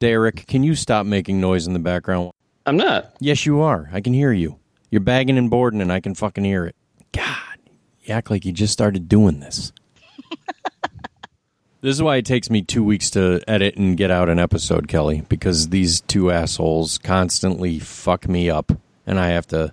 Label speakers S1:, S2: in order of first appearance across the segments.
S1: Derek, can you stop making noise in the background?
S2: I'm not.
S1: Yes, you are. I can hear you. You're bagging and boarding, and I can fucking hear it. God, you act like you just started doing this. this is why it takes me two weeks to edit and get out an episode, Kelly, because these two assholes constantly fuck me up, and I have to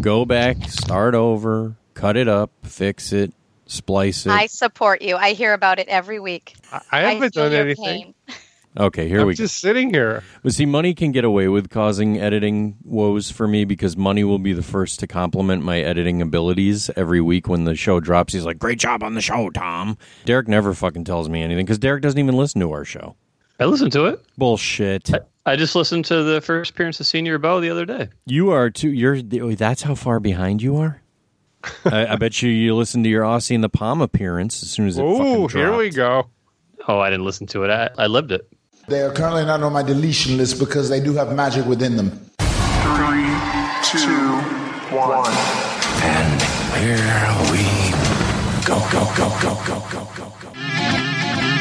S1: go back, start over, cut it up, fix it, splice it.
S3: I support you. I hear about it every week.
S4: I, I haven't
S3: feel
S4: done
S3: your
S4: anything.
S3: pain.
S1: okay, here
S4: I'm
S1: we go.
S4: just sitting here.
S1: But see, money can get away with causing editing woes for me because money will be the first to compliment my editing abilities every week when the show drops. He's like, "Great job on the show, Tom." Derek never fucking tells me anything because Derek doesn't even listen to our show. Uh,
S2: I listened to it.
S1: Bullshit.
S2: I just listened to the first appearance of Senior Bo the other day.
S1: You are too. You're. That's how far behind you are. I, I bet you you listened to your Aussie in the Palm appearance as soon as it fucking
S4: Ooh,
S1: dropped.
S4: here we go.
S2: Oh, I didn't listen to it. I, I lived it.
S5: They are currently not on my deletion list because they do have magic within them.
S6: Three, two, one.
S7: And here we go, go, go, go, go, go, go, go.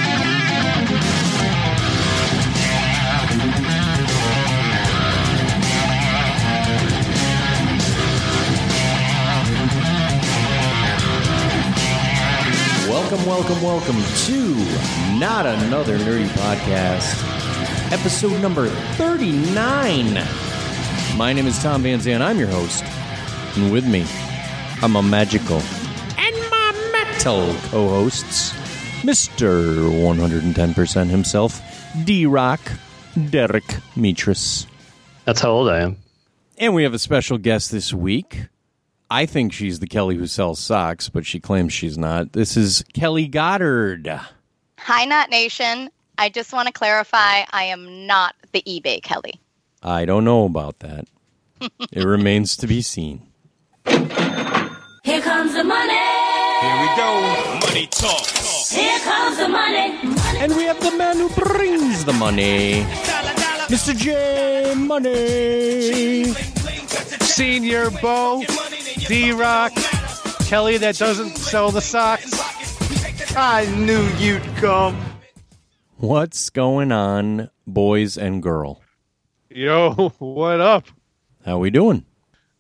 S1: Welcome, welcome, welcome to Not Another Nerdy Podcast, episode number 39. My name is Tom Van Zandt. I'm your host. And with me, I'm a magical and my metal co hosts, Mr. 110% himself, D Rock, Derek Mitris.
S2: That's how old I am.
S1: And we have a special guest this week. I think she's the Kelly who sells socks, but she claims she's not. This is Kelly Goddard.
S3: Hi, Not Nation. I just want to clarify I am not the eBay Kelly.
S1: I don't know about that. it remains to be seen.
S8: Here comes the money.
S7: Here we go. Money talk.
S8: Here comes the money.
S1: And we have the man who brings the money, Mr. J Money.
S4: Senior Bo, D Rock, Kelly that doesn't sell the socks. I knew you'd come.
S1: What's going on, boys and girl?
S4: Yo, what up?
S1: How we doing?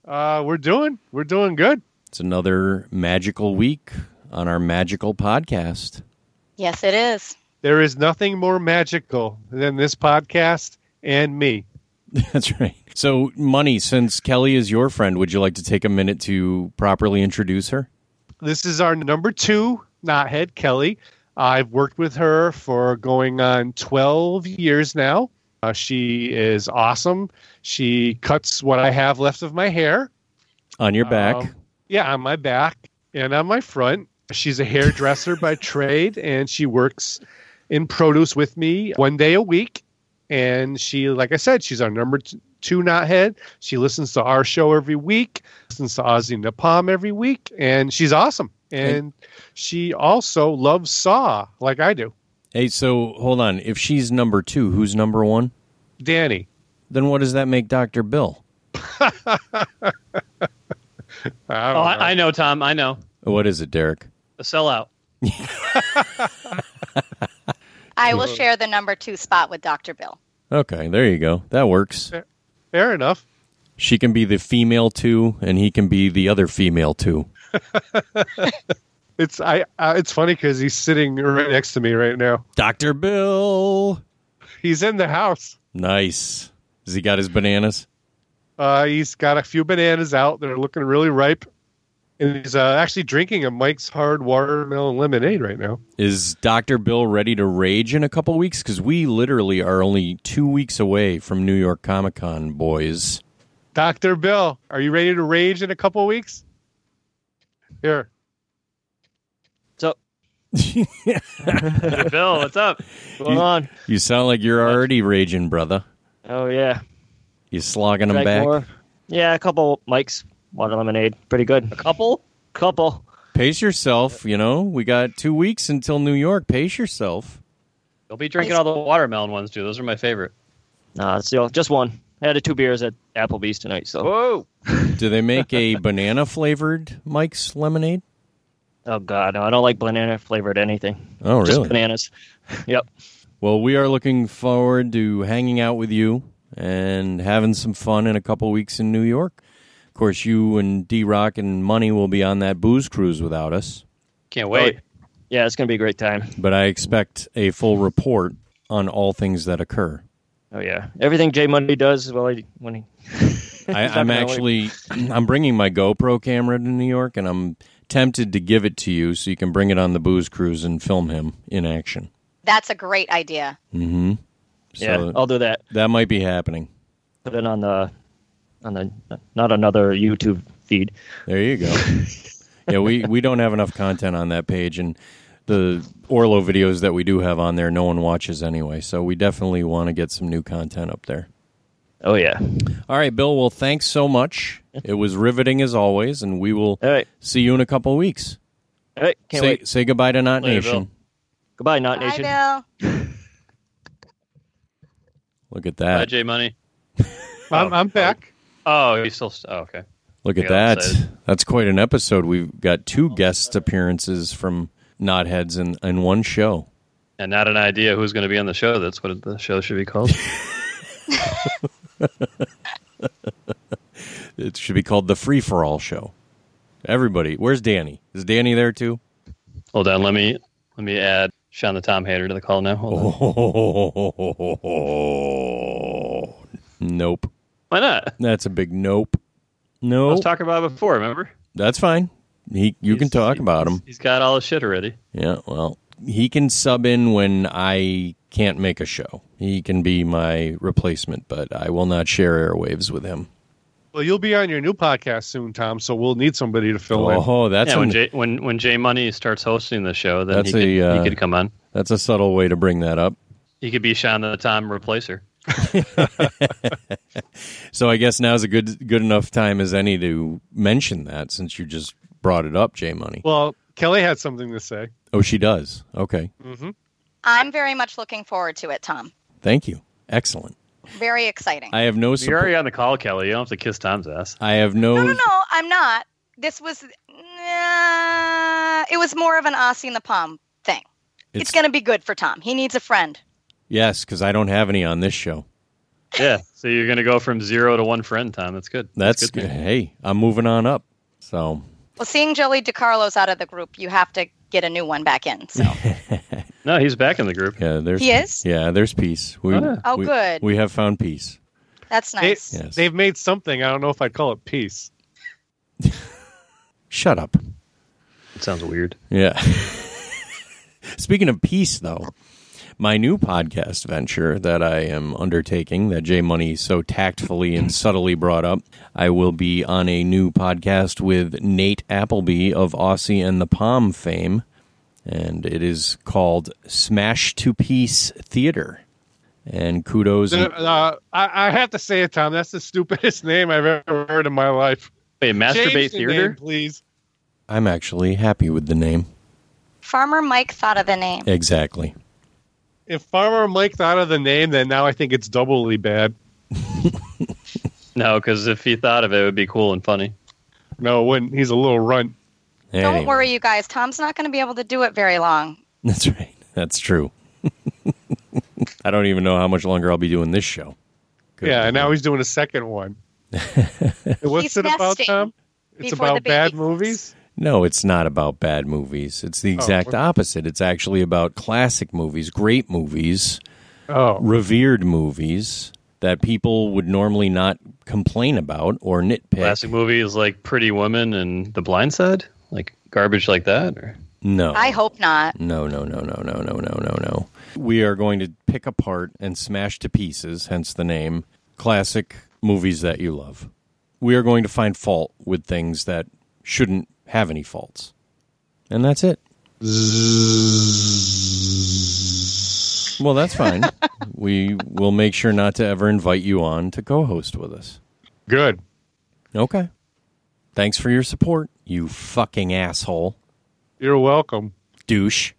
S4: Uh, we're doing, we're doing good.
S1: It's another magical week on our magical podcast.
S3: Yes, it is.
S4: There is nothing more magical than this podcast and me.
S1: That's right. So, Money, since Kelly is your friend, would you like to take a minute to properly introduce her?
S4: This is our number two knothead, Kelly. I've worked with her for going on 12 years now. Uh, she is awesome. She cuts what I have left of my hair.
S1: On your back.
S4: Um, yeah, on my back and on my front. She's a hairdresser by trade, and she works in produce with me one day a week. And she, like I said, she's our number t- two knothead. She listens to our show every week, listens to Ozzy Napalm every week, and she's awesome. And she also loves Saw like I do.
S1: hey, so hold on. If she's number two, who's number one?
S4: Danny,
S1: Then what does that make Dr. Bill?
S4: I
S2: Oh,
S4: don't know.
S2: I, I know, Tom. I know.
S1: What is it, Derek?
S2: A sellout.
S3: I will share the number two spot with Dr. Bill.
S1: Okay, there you go. That works.
S4: fair enough.
S1: She can be the female two, and he can be the other female two.
S4: It's I. Uh, it's funny because he's sitting right next to me right now.
S1: Dr. Bill!
S4: He's in the house.
S1: Nice. Has he got his bananas?
S4: Uh, he's got a few bananas out. They're looking really ripe. And he's uh, actually drinking a Mike's Hard Watermelon Lemonade right now.
S1: Is Dr. Bill ready to rage in a couple weeks? Because we literally are only two weeks away from New York Comic Con, boys.
S4: Dr. Bill, are you ready to rage in a couple weeks? Here.
S2: So, Bill, what's up? Going on?
S1: You sound like you're already raging, brother.
S9: Oh yeah,
S1: You slogging him
S9: Drink
S1: back.
S9: more. Yeah, a couple Mike's water lemonade, pretty good. A couple, couple.
S1: Pace yourself, you know. We got two weeks until New York. Pace yourself.
S2: You'll be drinking all the watermelon ones too. Those are my favorite.
S9: Nah, still Uh, just one. I had two beers at Applebee's tonight, so.
S2: Whoa!
S1: Do they make a banana flavored Mike's lemonade?
S9: Oh god, no, I don't like banana flavored anything.
S1: Oh,
S9: Just
S1: really?
S9: bananas. yep.
S1: Well, we are looking forward to hanging out with you and having some fun in a couple weeks in New York. Of course, you and D Rock and Money will be on that booze cruise without us,
S2: Can't wait.
S9: Yeah, it's gonna be a great time.
S1: but I expect a full report on all things that occur.
S9: Oh yeah, everything Jay Monday does. Well, I, when he
S1: I,
S9: He's not
S1: I'm
S9: gonna
S1: actually I'm bringing my GoPro camera to New York, and I'm tempted to give it to you so you can bring it on the booze cruise and film him in action.
S3: That's a great idea.
S1: So
S9: yeah, Oh. I'll do that.
S1: that might be happening.
S9: Put it on the on the not another YouTube feed.
S1: There you go. yeah, we, we don't have enough content on that page, and the Orlo videos that we do have on there, no one watches anyway. So we definitely want to get some new content up there.
S9: Oh yeah.
S1: All right, Bill. Well, thanks so much. It was riveting as always, and we will
S9: All right.
S1: see you in a couple weeks.
S9: All right. Can't
S1: say,
S9: wait.
S1: say goodbye to Not
S2: Later,
S1: Nation.
S2: Bill.
S9: Goodbye, Not
S3: Bye,
S9: Nation.
S3: Bill.
S1: Look at
S2: Bye,
S1: that.
S2: J Money.
S4: I'm, I'm back.
S2: Oh, you still. St- oh, okay.
S1: Look at
S2: Yeah,
S1: that.
S2: that's it.
S1: That's quite an episode. We've got two guest appearances from Knotheads in, in one show.
S2: And not an idea who's going to be on the show. That's what the show should be called.
S1: It should be called the Free for All Show. Everybody, where's Danny? Is Danny there too?
S2: Hold on. Let me let me add Sean the Tom Hater to the call now. Hold
S1: Oh.
S2: on.
S1: Nope.
S2: Why not?
S1: That's a big nope.
S2: I
S1: No,
S2: was talking about it before. Remember?
S1: that's fine. He, Oh. you can
S2: He's-
S1: talk about
S2: he's-
S1: him.
S2: He's got all his shit already.
S1: Yeah, well, he can sub in when I can't make a show. He can be my replacement, but I will not share airwaves with him.
S4: Well, you'll be on your new podcast soon, Tom. So we'll need somebody to fill in.
S1: Oh, that's
S2: yeah, when
S1: an-
S2: Jay when when Jay Money starts hosting the show, then
S1: That's
S2: he, could,
S1: a, uh,
S2: he could come on.
S1: that's a subtle way to bring that up.
S2: He could be Sean the Tom replacer.
S1: So I guess now's a good good enough time as any to mention that since you just brought it up, Jay Money.
S4: Well, Kelly had something to say.
S1: Oh, she does. Okay,
S3: I'm very much looking forward to it, Tom.
S1: thank you. Excellent.
S3: Very exciting.
S1: I have no.
S2: You're
S1: Support.
S2: already on the call, Kelly. You don't have to kiss Tom's ass.
S1: I have no.
S3: no, no, no. I'm not. This was. Nah, it was more of an Aussie in the Palm thing. It's,
S1: It's-
S3: going to be good for Tom. He needs a friend.
S1: Yes, because I don't have any on this show.
S2: Yeah. So you're going to go from zero to one friend, Tom. That's good.
S1: That's,
S2: a good.
S1: good.
S2: thing.
S1: Hey, I'm moving on up. So
S3: Well, seeing Joey DiCarlo's out of the group, you have to get a new one back in. So
S2: No, he's back in the group.
S1: yeah, there's
S3: He is?
S1: Yeah, there's peace. We,
S2: Oh, yeah.
S3: Oh,
S1: we-
S3: good.
S1: We have found peace.
S3: that's
S4: They,
S3: nice.
S1: Yes.
S4: They've made something. I don't know if I'd call it peace.
S1: Shut up.
S2: It sounds weird.
S1: Yeah. Speaking of peace, though, my new podcast venture that I am undertaking, that Jay Money so tactfully and subtly brought up, I will be on a new podcast with Nate Appleby of Aussie and the Palm fame, and it is called Smash to Peace Theater. And kudos. and-
S4: Uh, I, I have to say it, Tom. That's the stupidest name I've ever heard in my life.
S2: Wait, masturbate
S4: Change the
S2: theater?
S4: name, please.
S1: I'm actually happy with the name.
S3: Farmer Mike thought of the name.
S1: Exactly.
S4: If Farmer Mike thought of the name, then now I think it's doubly bad.
S2: No, because if he thought of it, it would be cool and funny.
S4: No, it wouldn't. He's a little runt.
S1: Anyway,
S3: Don't worry, you guys. Tom's not going to be able to do it very long.
S1: That's right. That's true. I don't even know how much longer I'll be doing this show. Good.
S4: Yeah, and now he's doing a second one. What's
S3: He's
S4: it about,
S3: nesting
S4: Tom? It's
S3: before the
S4: about
S3: baby
S4: bad
S3: comes.
S4: movies.
S1: No, it's not about bad movies. It's the exact
S4: okay.
S1: opposite. It's actually about classic movies, great movies,
S4: Oh,
S1: revered movies that people would normally not complain about or nitpick.
S2: Classic movies like Pretty Woman and The Blind Side? Like garbage like that? Or...
S1: No.
S3: I hope not.
S1: No, no, no, no, no, no, no, no, no. We are going to pick apart and smash to pieces, hence the name, classic movies that you love. We are going to find fault with things that shouldn't have any faults. And that's it. Well, that's fine. we will make sure not to ever invite you on to co host with us.
S4: good.
S1: Okay. Thanks for your support, you fucking asshole.
S4: You're welcome.
S1: Douche.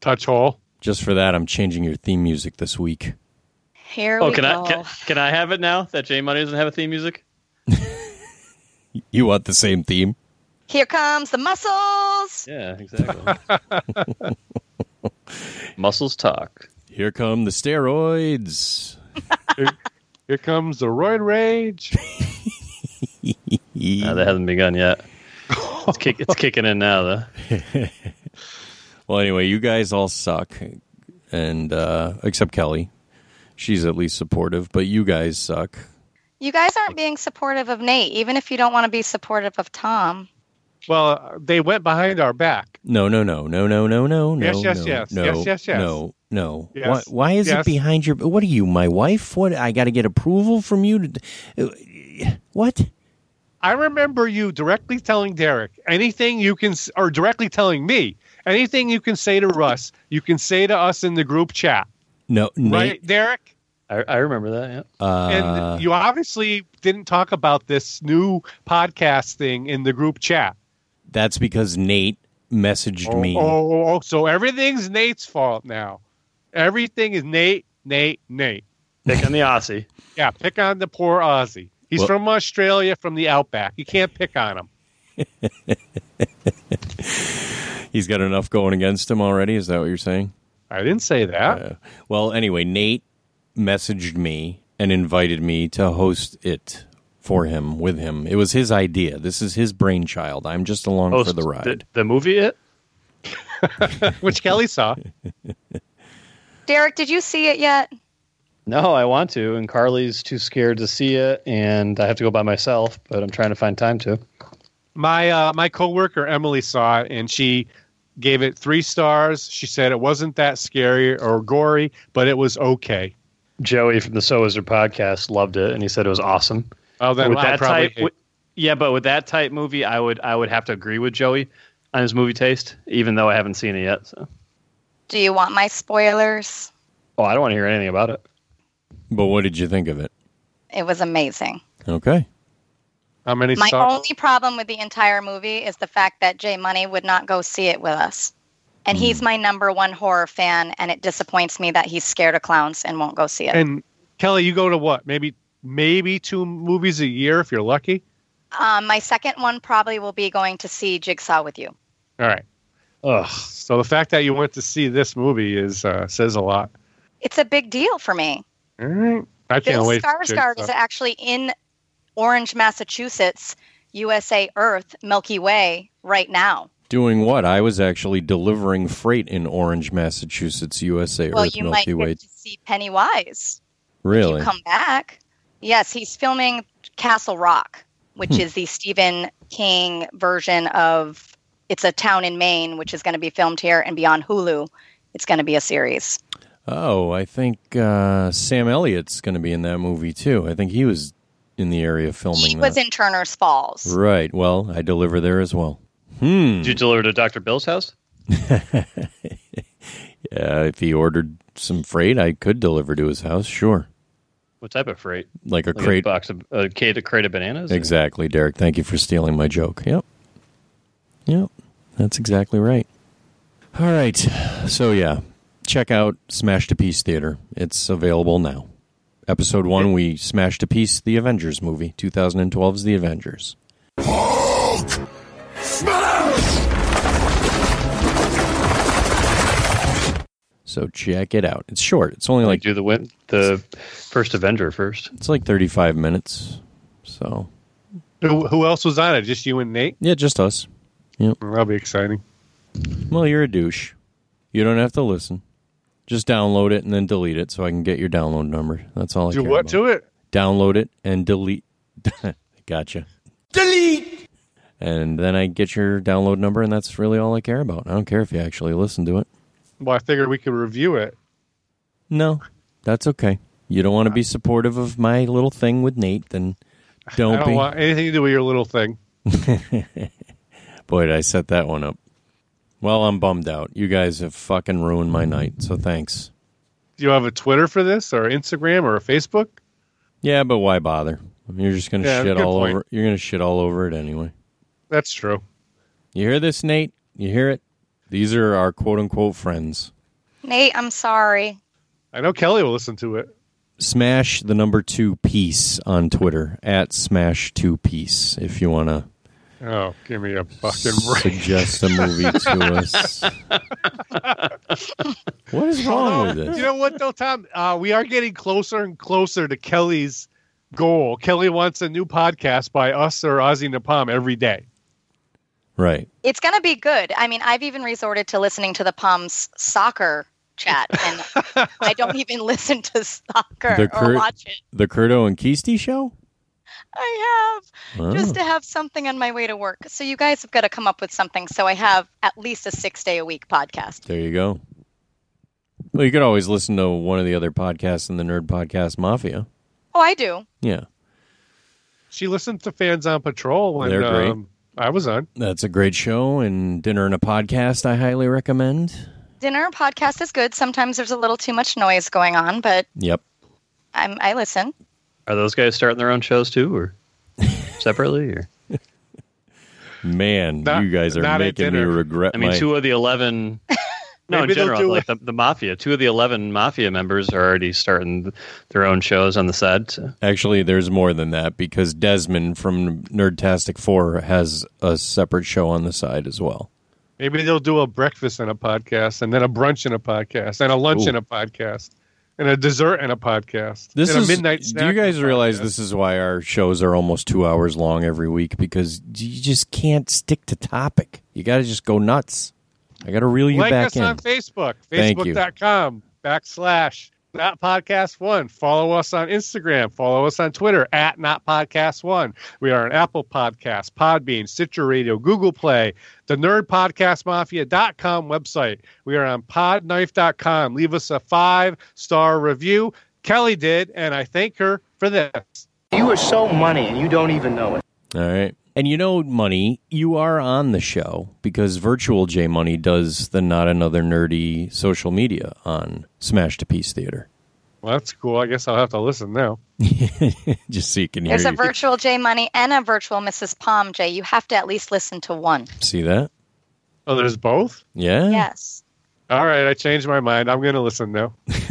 S4: Touch hole.
S1: Just for that, I'm changing your theme music this week.
S3: Here
S2: Oh,
S3: we
S2: can
S3: go.
S2: I can, can I have it now that J Money doesn't have a theme music?
S1: You want the same theme?
S3: Here comes the muscles.
S2: Yeah, exactly. Muscles talk.
S1: Here come the steroids.
S4: Here comes the roid rage.
S2: No, that hasn't begun yet. It's, kick, it's kicking in now, though.
S1: Well, anyway, you guys all suck, and uh, except Kelly, she's at least supportive. But you guys suck.
S3: You guys aren't being supportive of Nate, even if you don't want to be supportive of Tom.
S4: Well, they went behind our back.
S1: No, no, no, no, no, no, no, no.
S4: Yes, yes,
S1: no,
S4: yes,
S1: no,
S4: yes, yes, yes.
S1: No, no.
S4: Yes,
S1: Why, why is it
S4: yes.
S1: behind your? What are you, my wife? What? I got to get approval from you to? What?
S4: I remember you directly telling Derek anything you can, s- or directly telling me anything you can say to Russ, you can say to us in the group chat,
S1: No,
S4: right,
S1: Nate.
S4: Derek?
S2: I, I remember that. Yeah.
S4: And
S1: Uh,
S4: you obviously didn't talk about this new podcast thing in the group chat.
S1: that's because Nate messaged me.
S4: Oh, oh, oh, so everything's Nate's fault now. Everything is Nate, Nate, Nate.
S2: Pick on the Aussie.
S4: Yeah, pick on the poor Aussie. He's
S1: Well-
S4: from Australia, from the outback. You can't pick on him.
S1: He's got enough going against him already. Is that what you're saying?
S4: I didn't say that.
S1: Uh, well, anyway, Nate messaged me and invited me to host it for him with him. It was his idea. This is his brainchild. I'm just along for the ride.
S2: Oh, The, the movie it?
S4: Which Kelly saw.
S3: Derek, did you see it yet?
S2: No, I want to, and Carly's too scared to see it, and I have to go by myself, but I'm trying to find time to.
S4: My uh, my coworker Emily saw it and she gave it three stars. She said it wasn't that scary or gory, but it was okay.
S2: Joey from the So Is Her podcast loved it, and he said it was awesome.
S4: Oh, then
S2: with
S4: I
S2: that
S4: probably
S2: type, with- yeah, but with that type movie, I would I would have to agree with Joey on his movie taste, even though I haven't seen it yet. So,
S3: Do you want my spoilers?
S2: oh, I don't want to hear anything about it.
S1: But what did you think of it?
S3: It was amazing.
S1: Okay.
S4: how many
S3: My
S4: stars?
S3: only problem with the entire movie is the fact that Jay Money would not go see it with us. And
S4: Mm.
S3: he's my number one horror fan, and it disappoints me that he's scared of clowns and won't go see it.
S4: and Kelly, you go to what? Maybe maybe two movies a year if you're lucky.
S3: um, my second one probably will be going to see Jigsaw with you.
S4: All right.
S2: Ugh,
S4: So the fact that you went to see this movie is uh, says a lot.
S3: It's a big deal for me.
S4: All right. I can't
S3: Bill
S4: wait. for
S3: Skarsgård is
S4: Jigsaw.
S3: actually in Orange, Massachusetts, USA Earth, Milky Way, right now.
S1: Doing what? I was actually delivering freight in Orange, Massachusetts, USA,
S3: well,
S1: Earth
S3: you might
S1: Milky Way.
S3: get to see Pennywise.
S1: Really?
S3: You come back. Yes, he's filming Castle Rock, which
S1: Hmm.
S3: is the Stephen King version of. It's a town in Maine, which is going to be filmed here, and beyond Hulu, it's going to be a series.
S1: Oh, I think uh, Sam Elliott's going to be in that movie too. I think he was in the area filming
S3: He
S1: that.
S3: was in Turner's Falls.
S1: right. Well, I deliver there as well. Hmm.
S2: did you deliver to Doctor Bill's house?
S1: Uh, if he ordered some freight, I could deliver to his house. Sure,
S2: What type of freight?
S1: like a
S2: Like
S1: crate.
S2: a box of a crate, a crate of bananas.
S1: exactly, Derek. Thank you for stealing my joke. Yep. Yep. That's exactly right. All right. So yeah, check out Smash to Peace Theater. It's available now. Episode one, we smashed to piece the Avengers movie. 2012's The Avengers. So check it out. It's short. It's only like
S2: Like do the win the first Avenger first.
S1: It's like 35 minutes. So,
S4: Who, who else was on it? Just you and Nate?
S1: yeah, just us.
S4: That'll be exciting.
S1: Well, you're a douche. You don't have to listen. Just download it and then delete it so I can get your download number. That's all I
S4: Do
S1: care
S4: what
S1: about.
S4: to it?
S1: Download it and delete. gotcha.
S5: Delete!
S1: And then I get your download number, and that's really all I care about. I don't care if you actually listen to it.
S4: Well, I figured we could review it.
S1: No, that's okay. You don't want to be supportive of my little thing with Nate, then don't,
S4: I don't
S1: be.
S4: want anything to do with your little thing.
S1: Boy, did I set that one up. Well, I'm bummed out. You guys have fucking ruined my night, so thanks.
S4: Do you have a Twitter for this, or Instagram, or a Facebook?
S1: Yeah, but why bother? You're just gonna
S4: Yeah,
S1: shit
S4: good
S1: all
S4: point.
S1: over. You're gonna shit all over it anyway.
S4: That's true.
S1: You hear this, Nate? You hear it? These are our quote unquote friends.
S3: Nate, I'm sorry.
S4: I know Kelly will listen to it.
S1: Smash the number two piece on Twitter at smash two piece if you wanna
S4: Oh, give me a fucking break.
S1: Suggest a movie to us. what is wrong with
S4: You
S1: this?
S4: know what, though, Tom? Uh, we are getting closer and closer to Kelly's goal. Kelly wants a new podcast by us or Ozzy Napalm every day.
S1: Right.
S3: It's going to be good. I mean, I've even resorted to listening to the Palms soccer chat, and I don't even listen to
S1: The
S3: soccer
S1: cur-
S3: or watch it.
S1: The Curto and Keasty show?
S3: I
S1: Oh.
S3: have just to have something on my way to work. So you guys have got to come up with something. So I have at least a six day a week podcast.
S1: There you go. Well, you could always listen to one of the other podcasts in the Nerd Podcast Mafia.
S3: Oh, I do.
S1: Yeah,
S4: She listened to Fans on Patrol when
S1: They're great.
S4: um, I was on.
S1: that's a great show. And Dinner and a Podcast, I highly recommend.
S3: Dinner podcast is good. Sometimes there's a little too much noise going on, but
S1: Yep.
S3: I'm, I listen.
S2: Are those guys starting their own shows too, or separately? Or
S1: Man,
S4: Not-
S1: you guys are
S4: not at
S1: making me
S4: dinner.
S1: regret
S2: I mean,
S1: my.
S2: two of the eleven. No, in
S4: Maybe they'll
S2: general,
S4: do
S2: like
S4: it.
S2: the, the mafia. Two of the eleven mafia members are already starting their own shows on the side. so-
S1: Actually, there's more than that because Desmond from Nerdtastic Four has a separate show on the side as well.
S4: Maybe they'll do a breakfast and a podcast, and then a brunch and a podcast, and a lunch
S1: Ooh.
S4: and a podcast, and a dessert and a podcast.
S1: This
S4: and
S1: is
S4: a midnight
S1: Do you
S4: snack
S1: guys
S4: and a
S1: realize
S4: podcast.
S1: this is why our shows are almost two hours long every week? Because you just can't stick to topic. You got to just go nuts. I got to reel you
S4: like
S1: back
S4: us
S1: in.
S4: on Facebook,
S1: Thank you.
S4: facebook.com backslash not podcast one. Follow us on Instagram. Follow us on Twitter at not podcast one. We are on Apple Podcasts, Podbean, Stitcher Radio, Google Play, the Nerd Podcast Mafia.com website. We are on podknife.com. Leave us a five star review. Kelly did, and I thank her for this.
S7: You are so money and you don't even know it.
S1: All right. And you know, Money, you are on the show because Virtual J Money does the Not Another Nerdy social media on Smash to Peace Theater.
S4: Well, that's cool. I guess I'll have to listen now.
S1: just so you can hear
S3: There's a
S1: you-
S3: virtual J Money and a virtual Mrs. Palm J. You have to at least listen to one.
S1: see that.
S4: Oh, there's both?
S1: Yeah.
S3: Yes.
S4: All right, I changed my mind. I'm going to listen now. I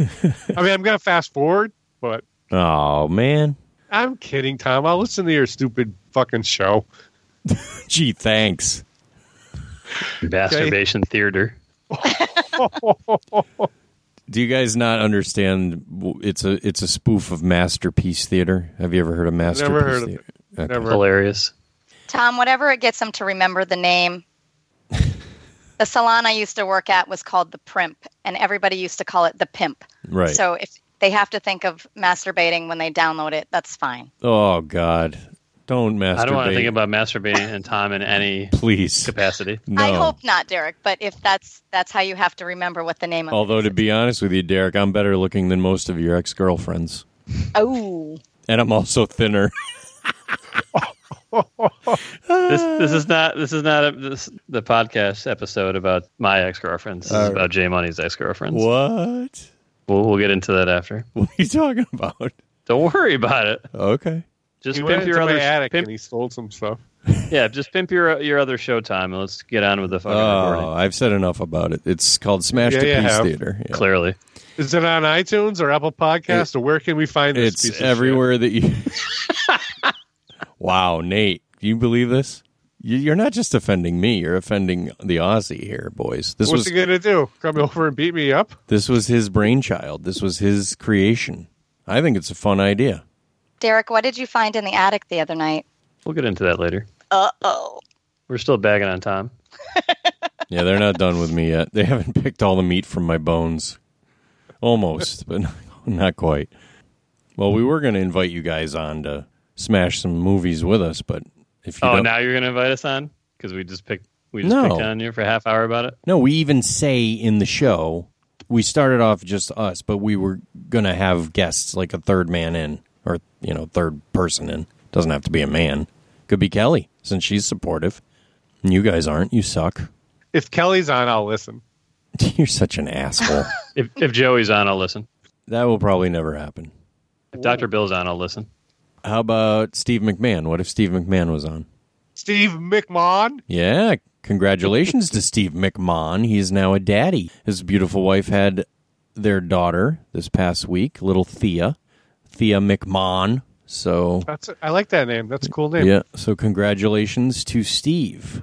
S4: mean, I'm going to fast forward, but
S1: Oh man.
S4: I'm kidding, Tom. I'll listen to your stupid fucking show.
S1: Gee, thanks.
S2: Masturbation theater.
S1: Do you guys not understand? w- It's a it's a spoof of Masterpiece Theater. Have you ever heard of Masterpiece
S4: Never heard of
S1: Theater?
S4: it. Never.
S2: Hilarious.
S3: Tom, whatever it gets him to remember the name. the salon I used to work at was called the Primp, and everybody used to call it the Pimp.
S1: Right.
S3: So if they have to think of masturbating when they download it, that's fine.
S1: oh God, don't masturbate.
S2: I don't want to think about masturbating and Tom in any
S1: Please,
S2: capacity.
S1: no.
S3: I hope not, Derek. But if that's that's how you have to remember what the name of
S1: Although
S3: it
S1: to
S3: is.
S1: be honest with you, Derek, I'm better looking than most of your ex girlfriends,
S3: oh,
S1: and I'm also thinner.
S2: This this is not this is not a, this, the podcast episode about my ex girlfriends. This is about Jay Money's ex girlfriends.
S1: what?
S2: We'll, we'll get into that after.
S1: What are you talking about?
S2: Don't worry about it.
S1: Okay.
S2: Just
S4: He
S2: pimp
S4: went
S2: your
S4: into my
S2: other
S4: attic
S2: pimp-
S4: and he sold some stuff.
S2: yeah, just pimp your your other showtime and let's get on with the fucking
S1: Oh,
S2: recording.
S1: I've said enough about it. It's called Smash
S4: Yeah,
S1: to
S4: you
S1: Peace
S4: have.
S1: Theater. Yeah.
S2: Clearly,
S4: Is it on iTunes or Apple Podcast or where can we find this? piece of
S1: It's
S4: shit?
S1: everywhere that you. wow, Nate, do you believe this? You- You're not just offending me; you're offending the Aussie here, boys. This
S4: What's
S1: was
S4: he gonna do? Come over and beat me up?
S1: this was his brainchild. This was his creation. I think it's a fun idea.
S3: Derek, what did you find in the attic the other night?
S2: we'll get into that later.
S3: Uh oh.
S2: We're still bagging on Tom.
S1: Yeah, they're not done with me yet. They haven't picked all the meat from my bones. Almost, but not- not quite. Well, we were going to invite you guys on to smash some movies with us, but if you
S2: Oh,
S1: don't,
S2: now you're gonna invite us on because we just picked we just
S1: No.
S2: picked on you for a half hour about it.
S1: No, we even say in the show we started off just us, but we were gonna have guests like a third man in or you know third person in. Doesn't have to be a man. Could be Kelly since she's supportive. And you guys aren't. You suck.
S4: If Kelly's on, I'll listen.
S1: You're such an asshole.
S2: If if Joey's on, I'll listen.
S1: that will probably never happen.
S2: If Doctor Bill's on, I'll listen.
S1: How about Steve McMahon? What if Steve McMahon was on?
S4: Steve McMahon.
S1: Yeah, congratulations to Steve McMahon. He is now a daddy. His beautiful wife had their daughter this past week, little Thea, Thea McMahon. So
S4: That's I like that name. That's a cool name.
S1: yeah, so congratulations to Steve.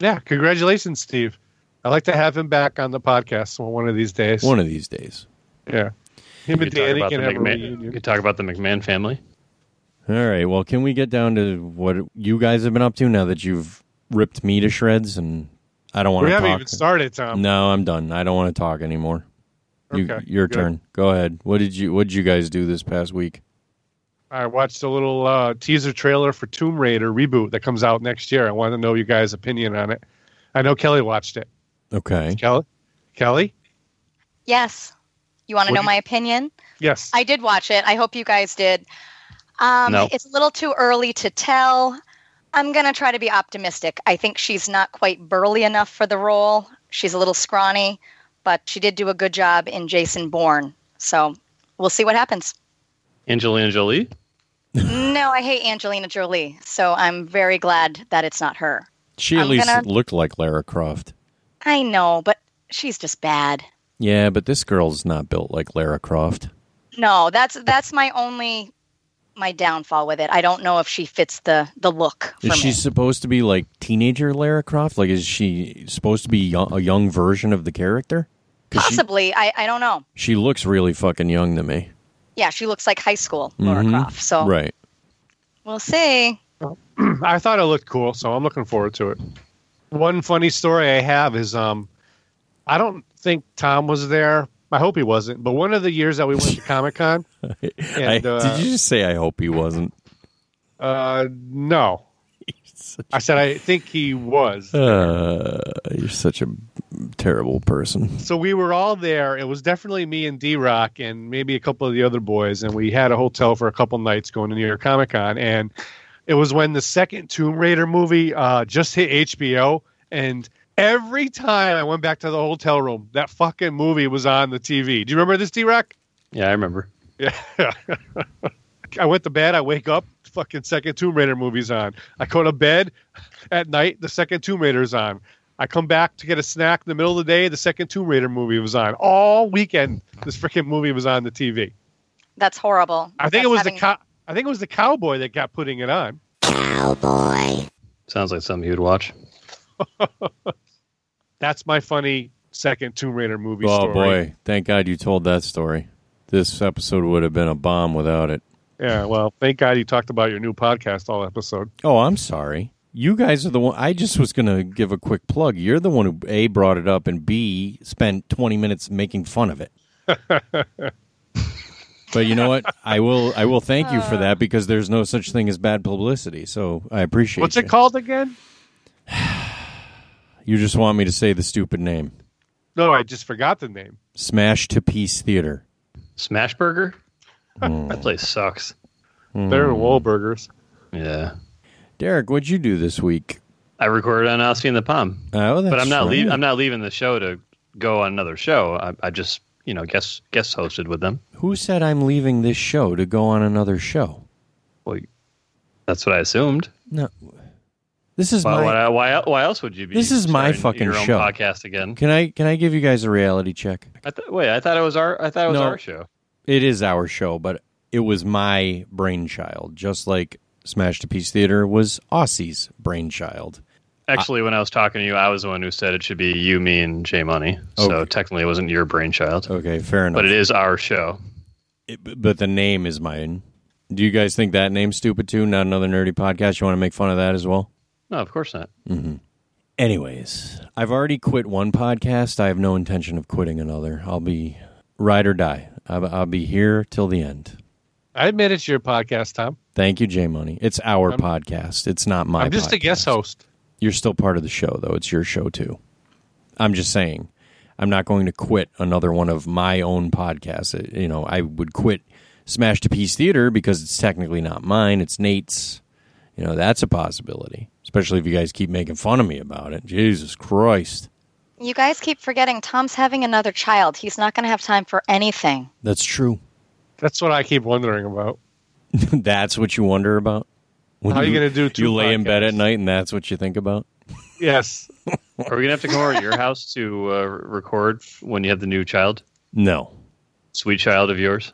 S4: Yeah, Congratulations, Steve. I'd like to have him back on the podcast on one of these days.
S1: One of these days.
S4: yeah. Him
S2: We could
S4: and
S2: talk
S4: Danny
S2: about
S4: can
S2: the
S4: have a
S2: McMahon. We
S4: reunion.
S2: could talk about the McMahon family.
S1: All right. Well, can we get down to what you guys have been up to now that you've ripped me to shreds and I don't want
S4: We
S1: to talk.
S4: haven't even started, Tom.
S1: No, I'm done. I don't want to talk anymore. You,
S4: Okay,
S1: your
S4: good.
S1: turn. Go ahead. What did you What did you guys do this past week?
S4: I watched a little uh, teaser trailer for Tomb Raider reboot that comes out next year. I want to know you guys' opinion on it. I know Kelly watched it.
S1: Okay.
S4: Kelly, Kelly,
S3: Yes. You want to
S4: What
S3: know
S4: do you-
S3: my opinion?
S4: yes.
S3: I did watch it. I hope you guys did. Um,
S2: No.
S3: It's a little too early to tell. I'm going to try to be optimistic. I think she's not quite burly enough for the role. She's a little scrawny, but she did do a good job in Jason Bourne. So we'll see what happens.
S2: Angelina Jolie.
S3: no, I hate Angelina Jolie. So I'm very glad that it's not her.
S1: She at
S3: I'm
S1: least
S3: gonna-
S1: looked like Lara Croft.
S3: I know, but she's just bad.
S1: Yeah, but this girl's not built like Lara Croft.
S3: No, that's that's my only my downfall with it. I don't know if she fits the the look for
S1: Is she
S3: me.
S1: supposed to be like teenager Lara Croft? Like, is she supposed to be yo- a young version of the character? 'Cause she-
S3: Possibly. I, I don't know.
S1: She, looks really fucking young to me.
S3: Yeah, she looks like high school Laura Croft. So
S1: Mm-hmm. Right.
S3: we'll see.
S4: I thought it looked cool, so I'm looking forward to it. One funny story I have is um, I don't think Tom was there. I hope he wasn't. But one of the years that we went to Comic Con,
S1: I-
S4: and uh,
S1: did you just say I hope he wasn't?
S4: uh, no, I said I think he was.
S1: Uh, you're such a terrible person.
S4: So we were all there. It was definitely me and D Rock and maybe a couple of the other boys, and we had a hotel for a couple nights going to New York Comic Con. And it was when the second Tomb Raider movie uh, just hit HBO, and every time I went back to the hotel room, that fucking movie was on the TV. Do you remember this, D Rock?
S2: Yeah, I remember.
S4: I went to bed. I wake up. Fucking second Tomb Raider movie's on. I go to bed at night. The second Tomb Raider's on. I come back to get a snack in the middle of the day. The second Tomb Raider movie was on all weekend. This freaking movie was on the TV.
S3: That's horrible.
S4: I think
S3: That's
S4: it was
S3: having-
S4: the co- I think it was the cowboy that got putting it on.
S2: Sounds like something you'd watch.
S4: That's my funny second Tomb Raider movie.
S1: Oh
S4: story.
S1: boy! Thank God you told that story. This episode would have been a bomb without it.
S4: Yeah. Well, thank God you talked about your new podcast all episode.
S1: Oh, I'm sorry. You guys are the one. I just was going to give a quick plug. You're the one who a brought it up and b spent 20 minutes making fun of it. but you know what? I will. I will thank you for
S2: Uh.
S1: that because there's no such thing as bad publicity. So I appreciate.
S4: What's
S1: you.
S4: it called again?
S1: You just want me to say the stupid name.
S4: No, I just forgot the name.
S1: Smash to Peace Theater.
S2: Smashburger.
S1: Hmm.
S2: That place sucks.
S4: They're Wahlburgers.
S2: Yeah,
S1: Derek, what'd you do this week?
S2: I recorded on Ossie and the Palm.
S1: Oh, that's
S2: but I'm not
S1: right.
S2: leaving. I'm not leaving the show to go on another show. I, I just you know guest guest hosted with them.
S1: Who said I'm leaving this show to go on another show?
S2: Well, that's what I assumed.
S1: No. This is
S2: Why
S1: my.
S2: why, why why else would you be?
S1: This is my
S2: starting
S1: fucking
S2: your own
S1: show.
S2: podcast again.
S1: Can I can I give you guys a reality check?
S2: I th- wait, I thought it was our. I thought it was
S1: No.
S2: our show.
S1: It is our show, but it was my brainchild, just like Smash to Peace Theater was Aussie's brainchild.
S2: Actually, when I was talking to you, I was the one who said it should be you, me, and Jay Money. So
S1: Okay.
S2: technically, it wasn't your brainchild,
S1: Okay, fair enough.
S2: but it is our show.
S1: It- but the name is mine. Do you guys think that name's stupid too? Not another nerdy podcast. You want to make fun of that as well?
S2: No, of course not.
S1: Anyways, I've already quit one podcast. I have no intention of quitting another. I'll be ride or die. I'll, I'll be here till the end.
S4: I admit it's your podcast, Tom.
S1: Thank you, J Money. It's our podcast. It's not my.
S4: I'm just a
S1: podcast.
S4: guest host.
S1: You're still part of the show, though. It's your show too. I'm just saying, I'm not going to quit another one of my own podcasts. It- you know, I would quit Smash to Peace Theater because it's technically not mine. It's Nate's. You know, that's a possibility. Especially if you guys keep making fun of me about it. Jesus Christ.
S3: You guys keep forgetting Tom's having another child. He's not going to have time for anything.
S1: That's true.
S4: That's what I keep wondering about.
S1: that's what you wonder about. When
S4: How you gonna do two
S1: You lay in bed
S4: podcasts?
S1: at night, and that's what you think about.
S4: Yes.
S2: Are we gonna have to come over to your house to uh, record when you have the new child,
S1: No,
S2: sweet child of yours?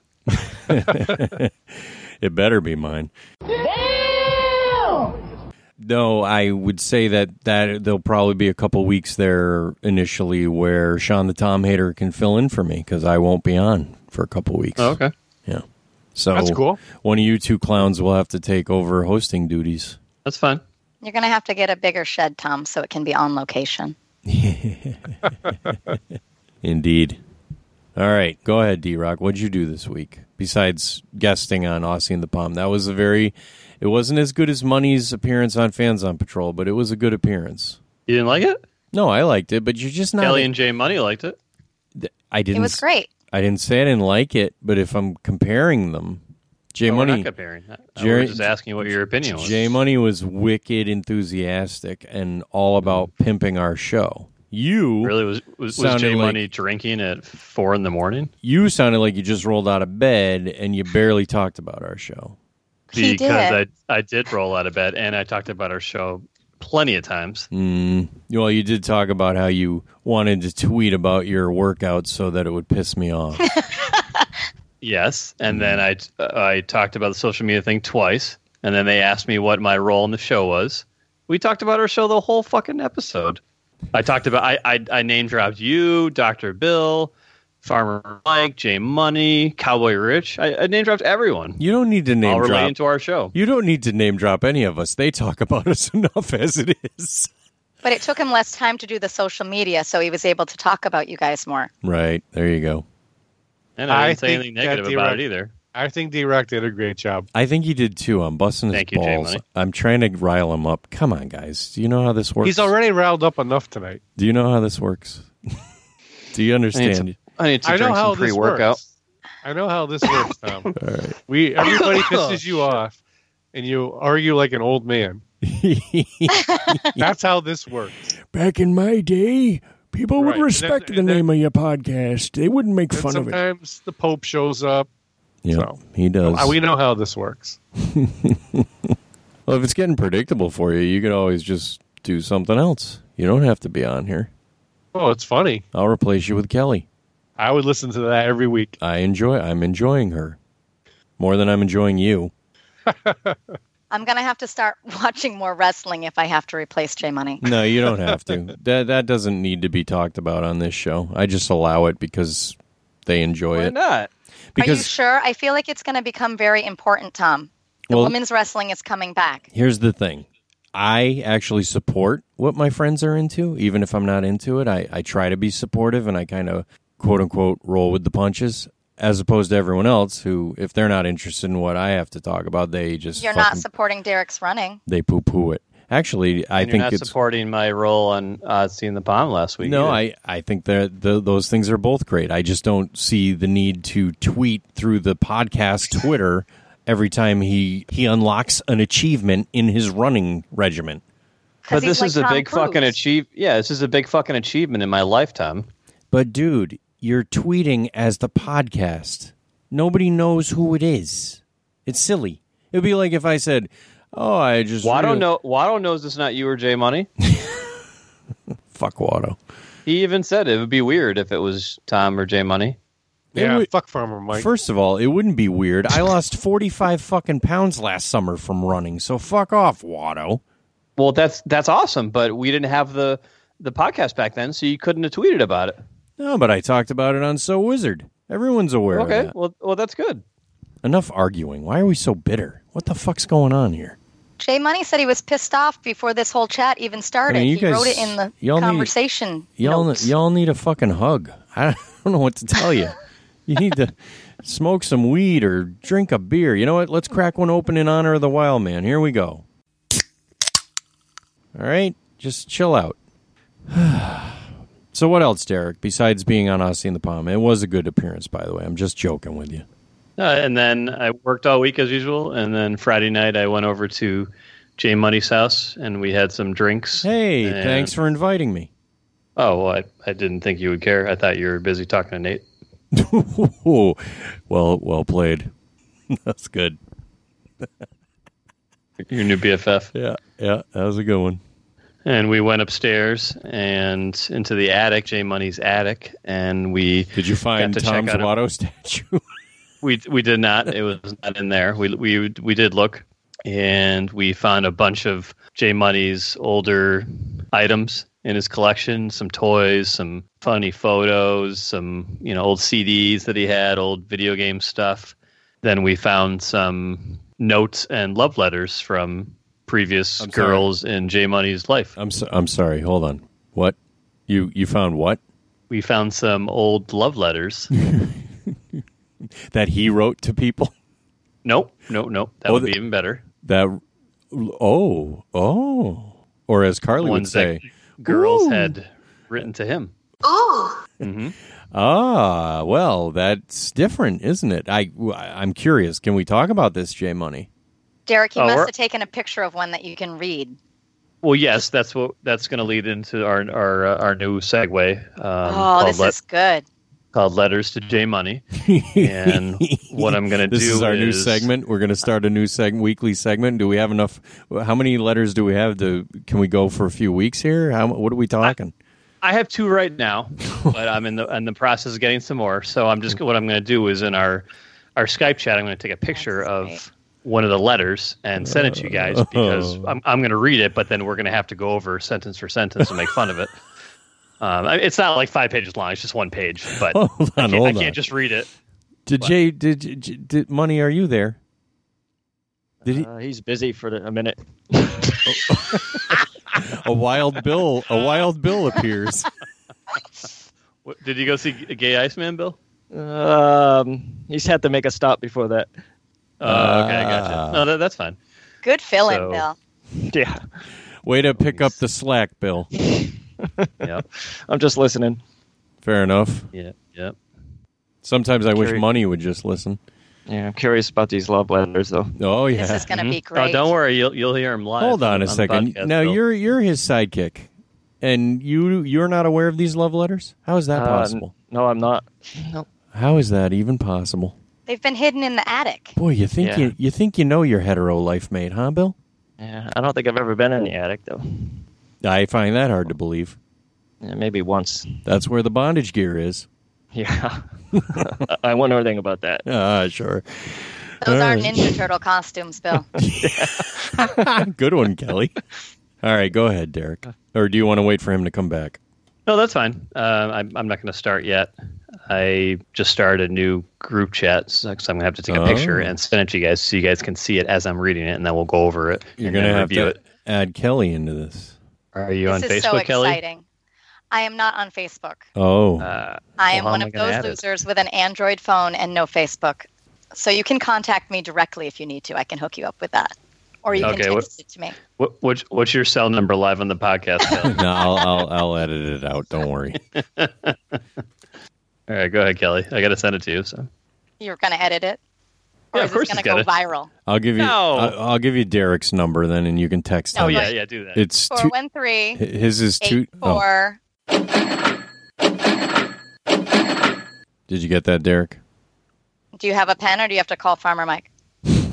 S1: It better be mine. No, I would say that that there'll probably be a couple weeks there initially where Sean the Tom Hater can fill in for me because I won't be on for a couple weeks.
S2: Oh, okay.
S1: Yeah. So
S4: That's cool.
S1: One of you two clowns will have to take over hosting duties.
S2: That's fine.
S3: You're going to have to get a bigger shed, Tom, so it can be on location.
S1: Indeed. All right, go ahead, D Rock. What'd you do this week besides guesting on Aussie and the Palm? That was a very. It wasn't as good as Money's appearance on Fans on Patrol, but it was a good appearance.
S2: You didn't like it?
S1: No, I liked it, but you're just not.
S2: Kelly and Jay Money liked it.
S1: I didn't.
S3: It was great.
S1: I didn't say I didn't like it, but if I'm comparing them, Jay
S2: But Oh, We're
S1: Money,
S2: not comparing. that. Uh,
S1: Jerry-
S2: We're just asking what your opinion was.
S1: Jay Money was wicked enthusiastic and all about pimping our show. You
S2: Mm-hmm. Really was was, was
S1: Sounded
S2: Jay
S1: like-
S2: Money drinking at four in the morning
S1: you sounded like you just rolled out of bed and you barely talked about our show.
S3: He did.
S2: I I did roll out of bed and I talked about our show plenty of times.
S1: Well, you did talk about how you wanted to tweet about your workout so that it would piss me off.
S2: Yes, and then I I talked about the social media thing twice, and then they asked me what my role in the show was. We talked about our show the whole fucking episode. I talked about I I, I name dropped you, Doctor Bill, Farmer Mike, Jay Money, Cowboy Rich. I, I name dropped everyone.
S1: you don't need to name
S2: all
S1: drop.
S2: relating to our show.
S1: you don't need to name drop any of us. They talk about us enough as it is.
S3: But it took him less time to do the social media, so he was able to talk about you guys more.
S1: Right there, you go.
S2: And I
S4: I
S2: didn't say
S4: think
S2: anything
S4: that
S2: negative
S4: they
S2: about
S4: were-
S2: it either.
S4: I think D Rock did a great job.
S1: I think he did too. I'm busting his
S2: Thank you, Jay
S1: balls.
S2: Money.
S1: I'm trying to rile him up. Come on, guys. Do you know how this works?
S4: He's already riled up enough tonight.
S1: Do you know how this works? Do you understand?
S2: I need to
S4: I know
S2: drink
S4: how
S2: some
S4: this
S2: pre-workout.
S4: works. I know how this works, Tom. We everybody pisses you
S2: Oh,
S4: off, and you argue like an old man. That's how this works.
S10: Back in my day, people
S4: Right,
S10: would
S4: and
S10: respect
S4: that-
S10: the
S4: and that-
S10: name of your podcast. They wouldn't make
S4: And
S10: fun of it.
S4: sometimes the Pope shows up.
S1: Yeah,
S4: So-
S1: he does.
S4: Uh, We know how this works.
S1: well, if it's getting predictable for you, you could always just do something else. You don't have to be on here.
S4: Oh, it's funny.
S1: I'll replace you with Kelly.
S4: I would listen to that every week.
S1: I enjoy. I'm enjoying her more than I'm enjoying you.
S3: I'm going to have to start watching more wrestling if I have to replace Jay Money.
S1: No, you don't have to. that that doesn't need to be talked about on this show. I just allow it because they enjoy
S2: Why
S1: it.
S2: not?
S3: Are you
S1: Because
S3: sure? I feel like it's going to become very important, Tom. The
S1: Well-
S3: women's wrestling is coming back.
S1: here's the thing. I actually support what my friends are into, even if I'm not into it. I, I try to be supportive and I kind of quote unquote roll with the punches, as opposed to everyone else who, if they're not interested in what I have to talk about, they just
S3: You're not
S1: fucking,
S3: supporting Derek's running.
S1: they poo poo it. Actually, I
S2: And you're
S1: think
S2: not
S1: it's
S2: supporting my role on uh, seeing the bomb last week.
S1: No,
S2: either.
S1: I, I think that th those things are both great. I just don't see the need to tweet through the podcast Twitter every time he, he unlocks an achievement in his running regimen.
S3: 'Cause
S2: But
S3: he's
S2: this
S3: like
S2: is a
S3: Tom
S2: big fucking
S3: Cruise.
S2: achieve. Yeah, this is a big fucking achievement in my lifetime.
S1: But, dude, you're tweeting as the podcast. Nobody knows who it is. It's silly. It would be like if I said, Oh, I just.
S2: Wado
S1: really-
S2: know. Wado knows it's not you or Jay Money.
S1: Fuck Watto.
S2: He even said it would be weird if it was Tom or Jay Money.
S4: Yeah,
S1: we-
S4: fuck Farmer Mike.
S1: First of all, it wouldn't be weird. I lost 45 fucking pounds last summer from running, so fuck off, Watto.
S2: Well, that's that's awesome, but we didn't have the the podcast back then, so you couldn't have tweeted about it.
S1: No, but I talked about it on So Wizard. Everyone's aware of
S2: Okay,
S1: that.
S2: well, well, that's good.
S1: Enough arguing. Why are we so bitter? What the fuck's going on here?
S3: Jay Money said he was pissed off before this whole chat even started.
S1: I mean, you
S3: he
S1: guys-
S3: wrote it in the
S1: y'all need-
S3: conversation.
S1: Y'all,
S3: notes.
S1: y'all need a fucking hug. I don't know what to tell you. you need to smoke some weed or drink a beer. You know what? Let's crack one open in honor of the wild man. Here we go. All right, just chill out. so what else, Derek? Besides being on Aussie in the Palm, it was a good appearance, by the way. I'm just joking with you.
S2: Uh, and then I worked all week as usual, and then Friday night I went over to Jay Money's house, and we had some drinks.
S1: Hey,
S2: and-
S1: thanks for inviting me.
S2: Oh, well, I, I didn't think you would care. I thought you were busy talking to Nate.
S1: Ooh, well, well played. That's good.
S2: Your new BFF.
S1: Yeah, yeah, that was a good one.
S2: And we went upstairs and into the attic, Jay Money's attic, and we
S1: Did you find
S2: Got to check
S1: Tom's
S2: out a-
S1: Watto statue?
S2: we we did not. It was not in there. We we we did look, and we found a bunch of Jay Money's older items in his collection: some toys, some funny photos, some you know old CDs that he had, old video game stuff. Then we found some notes and love letters from previous
S1: I'm sorry.
S2: girls in Jay Money's life.
S1: I'm so, I'm sorry. Hold on. What? You you found what?
S2: We found some old love letters.
S1: That he wrote to people?
S2: nope, no, no. That
S1: Oh,
S2: would
S1: the-
S2: be even better.
S1: That oh, oh. Or as Carly would
S2: Ones that
S1: say,
S2: girls
S1: "Ooh."
S2: had written to him.
S1: Ah, well, that's different, isn't it? I I'm curious. Can we talk about this, J Money?
S3: Derek, you
S2: Oh,
S3: must
S2: we're-
S3: have taken a picture of one that you can read.
S2: Well, yes, that's what that's going to lead into our our uh, our new segue. Um,
S3: oh, this
S2: let-
S3: is good.
S2: called Letters to J Money, and what I'm going to do
S1: This is our new
S2: is-
S1: segment. We're going to start a new segment, weekly segment. Do we have enough? How many letters do we have? To can we go for a few weeks here? How what are we talking?
S2: I have two right now, but I'm in the in the process of getting some more. So I'm just what I'm going to do is in our our Skype chat, I'm going to take a picture
S3: That's
S2: of
S3: great.
S2: one of the letters and send it to you
S1: Oh.
S2: guys because I'm I'm going to read it, but then we're going to have to go over sentence for sentence and make fun of it. Um, I- it's not like five pages long; it's just one page. But
S1: Hold
S2: I
S1: on,
S2: can't,
S1: hold
S2: I can't
S1: on.
S2: just read it.
S1: Did Jay? Did, did, did money? Are you there? Did he?
S9: Uh, he's busy for the, a minute.
S1: A wild bill. A wild bill appears.
S2: What, did you go see G- Gay Iceman, Bill?
S9: Um, he's had to make a stop before that.
S2: Uh, okay, I gotcha.
S1: Ah.
S2: No, that, that's fine.
S3: Good fill in,
S2: So-
S3: Bill.
S9: Yeah,
S1: Way to pick up the slack, Bill.
S2: Yep.
S9: I'm just listening.
S1: Fair enough.
S2: Yeah, yep.
S1: Sometimes I wish
S9: Carrie-
S1: money would just listen.
S9: Yeah, I'm curious about these love letters though.
S1: Oh yeah.
S3: This is going to be
S2: Oh,
S3: great.
S2: don't worry, you'll you'll hear him live.
S1: Hold on a
S2: the
S1: second.
S2: podcast,
S1: now
S2: Bill.
S1: you're you're his sidekick, and you you're not aware of these love letters. How is that
S9: Uh,
S1: possible?
S9: no, I'm not.
S1: How is that even possible?
S3: They've been hidden in the attic.
S1: Boy, you think
S9: Yeah.
S1: you you think you know your hetero life mate, huh, Bill?
S9: Yeah, I don't think I've ever been in the attic though.
S1: I find that hard to believe.
S9: Yeah, maybe once.
S1: That's where the bondage gear is.
S9: Yeah, I- I won't know anything about that.
S1: Ah, sure.
S3: Those are
S1: Alright.
S3: Ninja Turtle costumes, Bill.
S1: Good one, Kelly. All right, go ahead, Derek. Or do you want to wait for him to come back?
S2: no, that's fine. Uh, I'm I'm not going to start yet. I just started a new group chat, so so I'm going to have to take a
S1: Oh.
S2: picture and send it to you guys so you guys can see it as I'm reading it, and then we'll go over it.
S1: You're
S2: and
S1: going
S2: then
S1: to have
S2: review
S1: to
S2: it.
S1: add Kelly into this.
S2: Are you on
S3: this
S2: Facebook,
S3: is so
S2: Kelly?
S3: exciting. I am not on Facebook.
S1: Oh,
S2: Uh.
S9: Uh,
S3: I am
S2: Well, how
S3: one
S2: am I
S3: of
S2: gonna
S3: those
S2: add it?
S3: losers with an Android phone and no Facebook. So you can contact me directly if you need to. I can hook you up with that. Or you
S2: Okay,
S3: can
S2: what-
S3: text it to me.
S2: What, what's what's your cell number live on the podcast? Bill?
S1: no, I'll, I'll I'll edit it out. Don't worry.
S2: All right, go ahead, Kelly. I got to send it to you. So
S3: You're going to edit it? Or
S2: Yeah,
S3: is
S2: of course
S3: this
S2: he's
S3: going to
S2: got
S3: go
S2: it.
S3: viral?
S1: I'll give you
S2: No.
S1: I'll, I'll give you Derek's number then, and you can text
S3: No,
S1: him.
S2: oh yeah,
S3: but-
S2: yeah, do that.
S1: It's two,
S3: 413
S1: his is two. Oh,
S3: 84.
S1: did you get that, Derek?
S3: Do you have a pen or do you have to call Farmer Mike?
S2: Oh,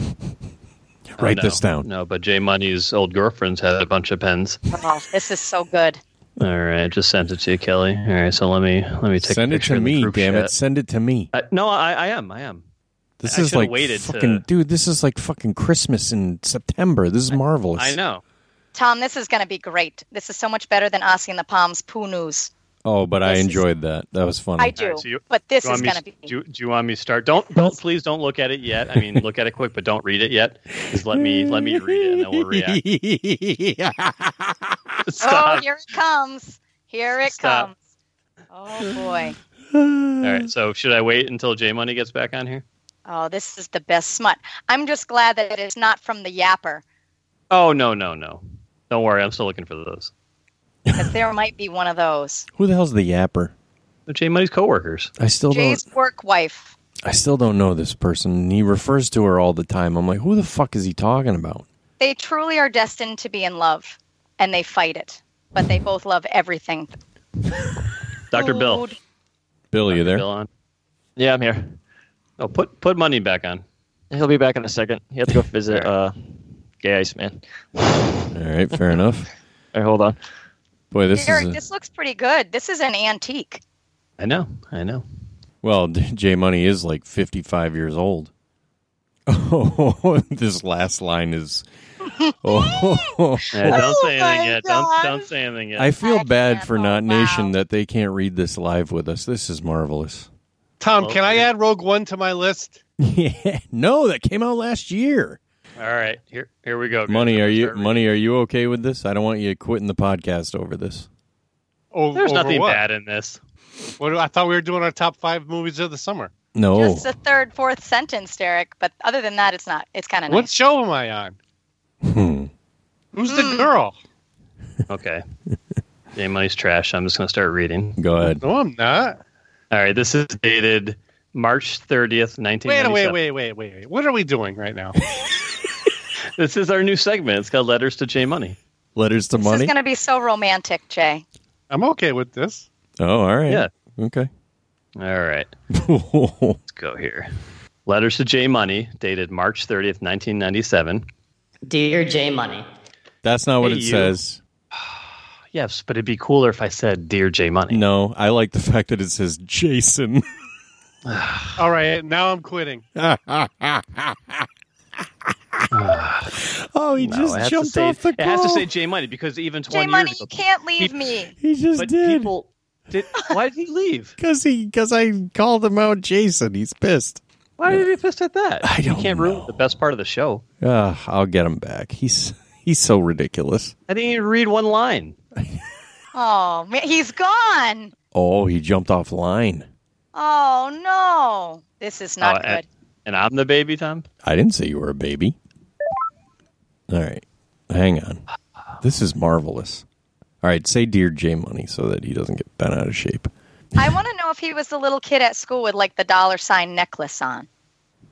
S1: Write
S2: no.
S1: this down.
S2: No, but Jay Money's old girlfriend's had a bunch of pens.
S3: Oh, this is so good.
S2: All right, just sent it to you, Kelly. All right, so let me let me take
S1: Send
S2: a
S1: it
S2: picture
S1: to
S2: in the
S1: me,
S2: group
S1: damn
S2: chat.
S1: it! Send it to me.
S2: I, no, I, I am. I am.
S1: This
S2: I
S1: is
S2: should've
S1: like
S2: waited to-
S1: fucking dude. This is like fucking Christmas in September. This is marvelous.
S2: I know.
S3: Tom, this is going to be great. This is so much better than Ossie and the Palms poo news.
S1: Oh, but I
S3: This is-
S1: enjoyed that. That was funny.
S3: I do,
S2: Mm-hmm. so you-
S3: but this
S2: Do you,
S3: is
S2: want me,
S3: going to be.
S2: do, do you want me to start? Don't don't please don't look at it yet. I mean, look at it quick, but don't read it yet. Just let me let me read it and then we'll react.
S3: oh,
S2: Stop.
S3: here it comes! Here it
S2: Stop.
S3: comes! Oh boy!
S2: All right. So should I wait until J Money gets back on here?
S3: Oh, this is the best smut. I'm just glad that it's not from the yapper,
S2: Oh no no no! Don't worry, I'm still looking for those.
S3: because there might be one of those.
S1: Who the hell's the yapper?
S2: They're Oh, J Money's coworkers.
S1: I still don't.
S3: Jay's work wife.
S1: I still don't know this person. and He refers to her all the time. I'm like, who the fuck is he talking about?
S3: They truly are destined to be in love, and they fight it. But they both love everything.
S2: Doctor Bill.
S3: Food.
S1: Bill, you there?
S2: Bill on.
S9: Yeah, I'm here.
S2: Oh, put put money back on.
S9: He'll be back in a second. He had to go visit uh, Gay Iceman.
S1: All right, fair enough.
S9: All right, hold on.
S1: Boy, this
S3: Derek,
S1: is. a-
S3: this looks pretty good. This is an antique.
S2: I know. I know.
S1: Well, J Money is like 55 years old. Oh, this last line is. Oh,
S2: Yeah, don't say
S3: my
S2: anything yet. Don't,
S3: God.
S2: don't say anything yet.
S1: I feel
S3: I
S1: bad
S3: can't.
S1: for
S3: Oh,
S1: Not
S3: wow.
S1: Nation that they can't read this live with us. This is marvelous.
S4: Tom, can I add Rogue One to my list?
S1: Yeah, no, that came out last year.
S2: All right, here here we go. guys.
S1: Money,
S2: I'm
S1: are
S2: gonna
S1: you
S2: start reading.
S1: money? Are you okay with this? I don't want you quitting the podcast over this.
S4: Oh,
S2: There's
S4: over
S2: nothing
S4: what?
S2: bad in this.
S4: What do- I thought we were doing our top five movies of the summer.
S1: No,
S3: Just the third, fourth sentence, Derek. But other than that, it's not. It's kind of
S4: What
S3: nice.
S4: show am I on?
S1: Hmm.
S4: Who's
S2: Hmm.
S4: the girl?
S2: Okay. J Money's trash. I'm just going to start reading.
S1: go ahead.
S4: No, I'm not.
S2: All right, this is dated March 30th,
S4: Wait,
S2: 1997.
S4: wait, wait, wait, wait, wait. What are we doing right now?
S2: This is our new segment. It's called Letters to J Money.
S1: Letters to
S3: This
S1: money.
S3: is going to be so romantic, Jay.
S4: I'm okay with this.
S1: Oh, all right.
S2: Yeah.
S1: Okay.
S2: All right, let's go here. Letters to J Money, dated March 30th, 1997.
S11: Dear J Money,
S1: That's not what
S2: Hey,
S1: it
S2: you.
S1: says.
S2: Yes, but it'd be cooler if I said Dear J Money.
S1: No, I like the fact that it says Jason.
S4: All right, now I'm quitting.
S1: oh, he
S2: No, it
S1: just
S2: has
S1: jumped
S2: to say,
S1: off the
S2: It has to
S1: call.
S2: say J Money because even 20
S3: Jay Money,
S2: years
S3: you
S2: ago.
S3: can't leave me.
S1: he just
S2: But
S1: did.
S2: people did. Why did he leave?
S1: Because he, because I called him out, Jason. He's pissed.
S2: Why did he be pissed at that?
S1: I
S2: You
S1: don't
S2: can't
S1: know.
S2: ruin the best part of the show.
S1: Uh, I'll get him back. He's he's so ridiculous.
S2: I didn't even read one line.
S3: Oh, man, he's gone.
S1: Oh, he jumped offline.
S3: Oh no, this is not
S2: Oh,
S3: good.
S2: and, and I'm the baby, Tom.
S1: I didn't say you were a baby. All right, hang on. This is marvelous. All right, say dear J Money so that he doesn't get bent out of shape.
S3: I want to know if he was the little kid at school with like the dollar sign necklace on.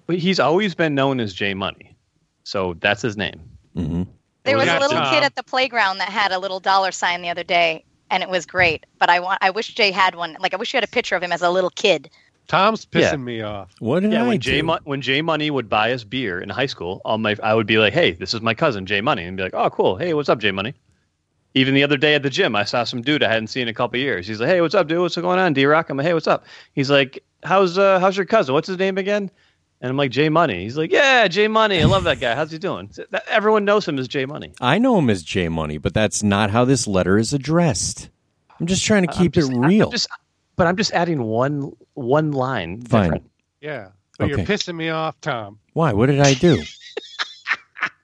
S2: But he's always been known as J Money, so that's his name.
S1: hmm
S3: There was
S4: Well,
S3: a
S4: that's,
S3: little
S4: uh,
S2: um,
S3: kid at the playground that had a little dollar sign the other day, and it was great. But I want, I wish Jay had one. Like I wish you had a picture of him as a little kid.
S4: Tom's pissing
S2: Yeah.
S4: me off.
S1: What did
S2: Yeah,
S1: I
S2: when
S1: do?
S2: J Mo- when J Money would buy us beer in high school, all my I would be like, "Hey, this is my cousin J Money," and be like, "Oh, cool. Hey, what's up, J Money?" Even the other day at the gym, I saw some dude I hadn't seen in a couple years. He's like, "Hey, what's up, dude? What's going on, D Rock?" I'm like, "Hey, what's up?" He's like, "How's uh, how's your cousin? What's his name again?" And I'm like, "J Money." He's like, "Yeah, J Money. I love that guy. How's he doing?" That- Everyone knows him as J Money.
S1: I know him as J Money, but that's not how this letter is addressed. I'm just trying to keep
S2: just-
S1: it real.
S2: Just, but I'm just adding one one line.
S1: Fine.
S2: different
S4: Yeah, but you're
S1: Okay.
S4: pissing me off, Tom.
S1: Why? What did I do?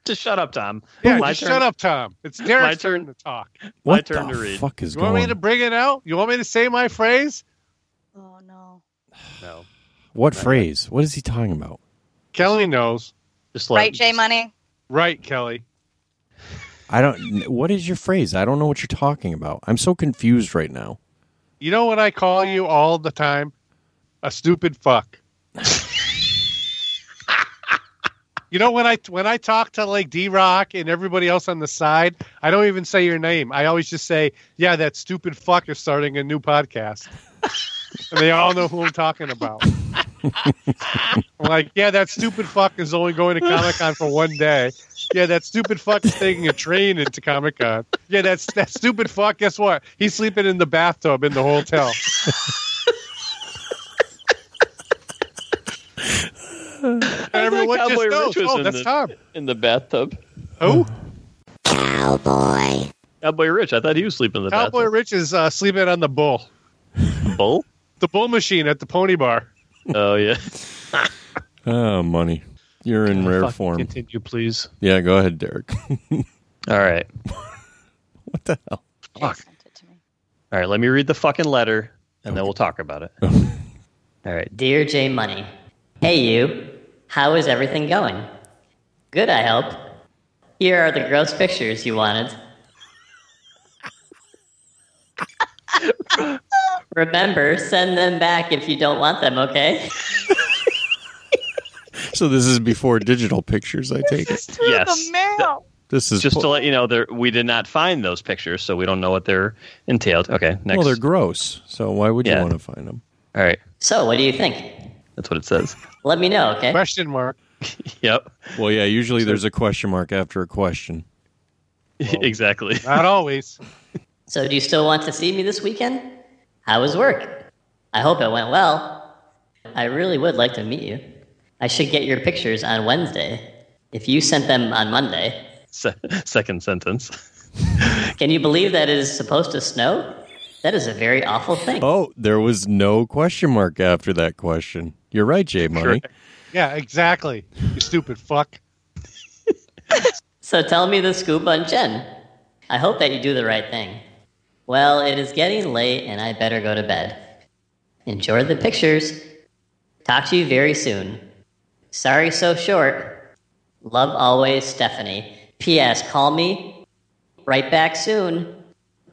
S2: Just shut up, Tom.
S4: Yeah,
S2: My
S4: just
S2: turn.
S4: shut up, Tom. It's
S2: My
S4: Derek's
S2: turn.
S4: turn to talk.
S1: What
S2: turn
S1: the
S2: to read.
S1: fuck is
S4: You
S1: going?
S4: want me to bring it out? You want me to say my phrase?
S3: Oh no.
S2: No.
S1: What phrase? What is he talking about?
S4: Kelly knows.
S2: Just
S3: Right,
S2: like
S3: Jay Money.
S4: Right, Kelly.
S1: I don't. What is your phrase? I don't know what you're talking about. I'm so confused right now.
S4: You know what I call you all the time? A stupid fuck. you know when I when I talk to like D Rock and everybody else on the side, I don't even say your name. I always just say, "Yeah, that stupid fuck is starting a new podcast." and they all know who I'm talking about. I'm like, "Yeah, that stupid fuck is only going to Comic Con for one day." Yeah, that stupid fuck is taking a train into Comic Con. Yeah, that's that stupid fuck. Guess what? He's sleeping in the bathtub in the hotel. And Everyone
S2: thought
S4: just
S2: Cowboy
S4: knows.
S2: Rich was
S4: Oh,
S2: in
S4: that's
S2: the-
S4: Tom.
S2: in the bathtub.
S4: Who?
S2: Cowboy Rich. I thought he was sleeping in the
S4: Cowboy
S2: bathtub.
S4: Rich is uh, sleeping on the bull,
S2: Bull.
S4: the bull machine at the Pony Bar.
S2: Oh yeah.
S1: Oh, money. You're in rare form.
S2: Continue, please.
S1: Yeah, go ahead, Derek.
S2: All right.
S1: what the hell?
S3: Jay
S2: Fuck.
S3: sent it to me.
S2: All right. Let me read the fucking letter, and then we'll talk about it. All right.
S11: Dear J Money, hey you, how is everything going? Good, I hope. Here are the gross pictures you wanted. Remember, send them back if you don't want them, okay?
S1: So this is before digital pictures. I take it.
S3: Through
S2: Yes.
S3: the mail.
S1: This is
S2: Just to let you know, there we did not find those pictures, so we don't know what they're entailed. Okay. Next.
S1: well, they're gross. So why would you
S2: Yeah.
S1: want to find them?
S2: All right.
S11: So, what do you think?
S2: That's what it says.
S11: Let me know, okay?
S4: Question mark.
S2: Yep.
S1: Well, yeah. Usually there's a question mark after a question.
S2: exactly.
S4: Not always.
S11: So, do you still want to see me this weekend? How was work? I hope it went well. I really would like to meet you. I should get your pictures on Wednesday. If you sent them on Monday.
S2: Se- second sentence.
S11: Can you believe that it is supposed to snow? That is a very awful thing.
S1: Oh, there was no question mark after that question. You're right, Jay Money.
S4: Yeah, exactly. You stupid fuck.
S11: So tell me the scoop on Jen. I hope that you do the right thing. Well, it is getting late and I better go to bed. Enjoy the pictures. Talk to you very soon. Sorry so short. Love always, Stephanie. P.S. Call me. Right back soon.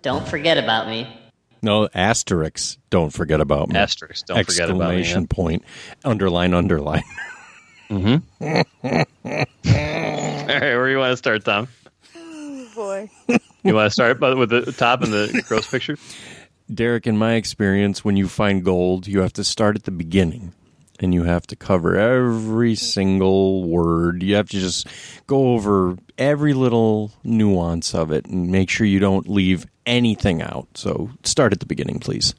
S11: Don't forget about me.
S1: No asterisks. Don't forget about me.
S2: Asterisks, don't forget about me,
S1: Hmm. Exclamation
S2: yeah.
S1: point. Underline. Underline. mm-hmm.
S2: All right, where you want to start, Tom?
S12: boy.
S2: You want to start bu- with the top and the gross picture?
S1: Derek, in my experience, when you find gold, you have to start at the beginning and you have to cover every single word. You have to just go over every little nuance of it and make sure you don't leave anything out. So start at the beginning, please.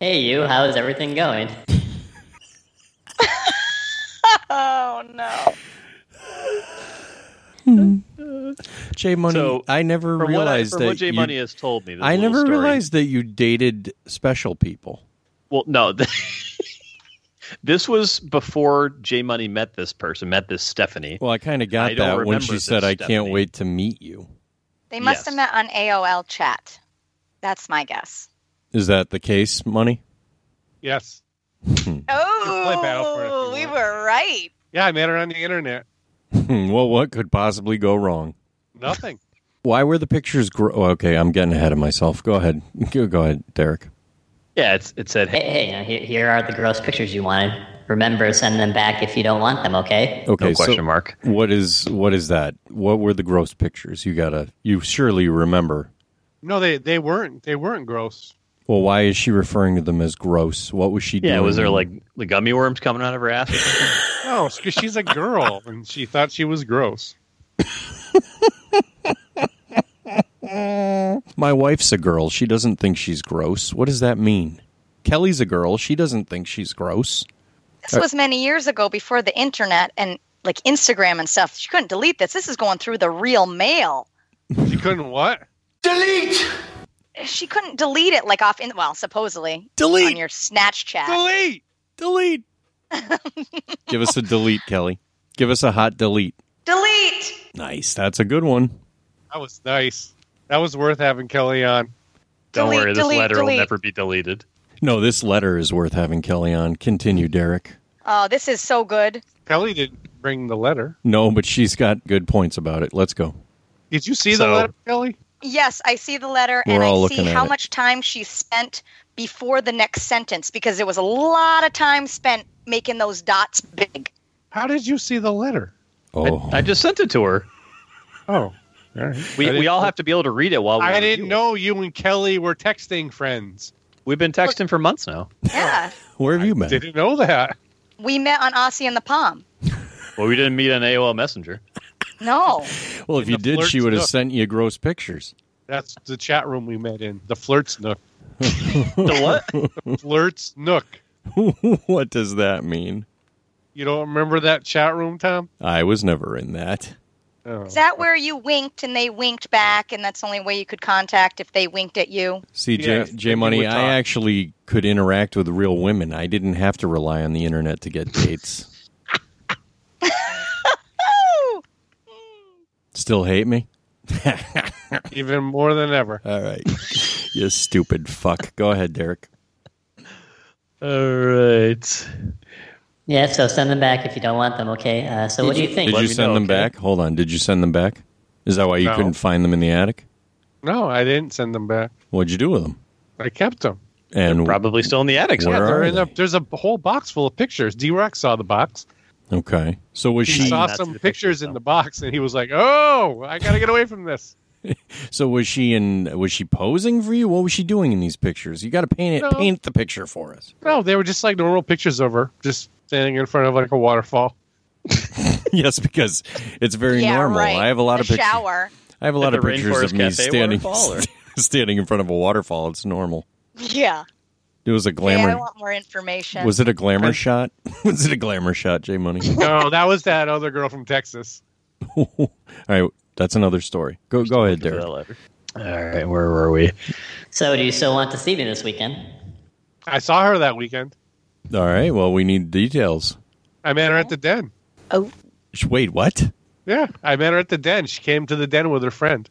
S11: Hey, you, how is everything going?
S12: Oh no.
S1: Jay Money, I never
S2: from what I-
S1: realized
S2: from
S1: that.
S2: what Jay
S1: you-
S2: Money has told me, this
S1: I
S2: little
S1: never
S2: story-
S1: realized that you dated special people.
S2: Well, no. this was before J Money met this person, met this Stephanie.
S1: Well, I kind of got
S2: I don't
S1: that when
S2: remember
S1: she
S2: this,
S1: said, "I can't
S2: Stephanie."
S1: wait to meet you."
S3: They must
S1: Yes.
S3: have met on AOL chat. That's my guess.
S1: Is that the case, Money?
S4: Yes.
S3: Oh, we were right.
S4: Yeah, I met her on the internet.
S1: well, what could possibly go wrong?
S4: Nothing.
S1: Why were the pictures? Gro- oh, okay, I'm getting ahead of myself. Go ahead, go, go ahead, Derek.
S2: Yeah, it's, it said,
S11: hey, hey, you know, here, here are the gross pictures you wanted. Remember, send them back if you don't want them, okay?
S1: Okay, so
S2: mark.
S1: What is what is that? What were the gross pictures? You gotta. You surely remember.
S4: No, they they weren't. They weren't gross.
S1: Well, why is she referring to them as gross? What was she doing?
S2: Yeah, was there like the gummy worms coming out of her ass? or something?
S4: No, it's 'cause she's a girl and she thought she was gross.
S1: My wife's a girl. She doesn't think she's gross. What does that mean? Kelly's a girl. She doesn't think she's gross. Uh,
S3: This was many years ago before the internet and like Instagram and stuff. She couldn't delete this. This is going through the real mail.
S4: She couldn't what?
S3: Delete. She couldn't delete it like off in well, supposedly.
S1: Delete.
S3: on your Snatch chat.
S4: Delete.
S1: Delete. Give us a delete, Kelly. Give us a hot delete.
S3: Delete.
S1: Nice. That's a good one.
S4: That was nice. That was worth having Kelly on.
S2: Don't
S4: Delete,
S2: worry, this
S4: delete,
S2: letter will
S4: delete.
S2: never be deleted.
S1: No, this letter is worth having Kelly on. Continue, Derek.
S3: Oh, this is so good.
S4: Kelly didn't bring the letter.
S1: No, but she's got good points about it. Let's go.
S4: Did you see
S1: So-
S4: the letter, Kelly?
S3: Yes, I see the letter
S1: We're
S3: and
S1: all
S3: I see
S1: looking at
S3: how
S1: it.
S3: much time she spent before the next sentence because there was a lot of time spent making those dots big.
S4: How did you see the letter?
S1: Oh.
S2: I, I just sent it to her.
S4: Oh.
S2: We, we all have to be able to read it while we
S4: I didn't know you and Kelly were texting friends.
S2: We've been texting for months now.
S3: Yeah.
S1: Where have you been?
S4: Didn't know that.
S3: we met on Aussie and the Palm.
S2: Well, we didn't meet on AOL Messenger.
S3: No.
S1: Well, if you did, she would have
S4: nook.
S1: sent you gross pictures.
S4: That's the chat room we met in. The flirts nook.
S2: the what?
S4: The flirts nook.
S1: what does that mean?
S4: You don't remember that chat room, Tom?
S1: I was never in that.
S4: Oh.
S3: Is that where you winked and they winked back and that's the only way you could contact if they winked at you?
S1: See,
S4: Yeah,
S1: J, J
S4: we
S1: Money,
S4: would talk.
S1: I actually could interact with real women. I didn't have to rely on the internet to get dates. Still hate me?
S4: Even more than ever.
S1: All right. you stupid fuck. Go ahead, Derek.
S2: All right.
S11: Yeah, so send them back if you don't want them, okay? Uh, so what do you think?
S1: Did you send them back? Hold on. Did you send them back? Is that why you
S4: No.
S1: couldn't find them in the attic?
S4: No, I didn't send them back.
S1: What'd you do with them?
S4: I kept them.
S1: And
S2: Probably still in the attic.
S1: Where
S2: somewhere.
S1: are
S4: They're in the- there's a whole box full of pictures. D Rock saw the box.
S1: okay. So was
S4: He
S1: she?
S4: saw some pictures, in the box and he was like, oh, I got to get away from this.
S1: So was she in? Was she posing for you? What was she doing in these pictures? You got to paint it.
S4: No.
S1: Paint the picture for us.
S4: No, they were just like normal pictures of her, just standing in front of like a waterfall.
S1: yes, because it's very
S3: yeah,
S1: normal.
S3: right.
S1: I have a lot
S3: the
S1: of pictures.
S3: shower.
S1: I have a lot
S2: At
S1: of
S2: the
S1: pictures
S2: Rainforest
S1: of me
S2: Cafe
S1: standing
S2: waterfall, or-
S1: standing in front of a waterfall. It's normal.
S3: Yeah.
S1: It was a
S3: Yeah, I
S1: glamour.
S3: want more information.
S1: was it a glamour shot? was it a glamour shot, J Money?
S4: No, that was that other girl from Texas.
S1: All right, that's another story. Go go ahead, Derek.
S2: All right, where were we?
S11: So, do you still want to see me this weekend?
S4: I saw her that weekend.
S1: All right, well, we need details.
S4: I met her at the den.
S1: Sh- Wait, what?
S4: Yeah, I met her at the den. She came to the den with her friend.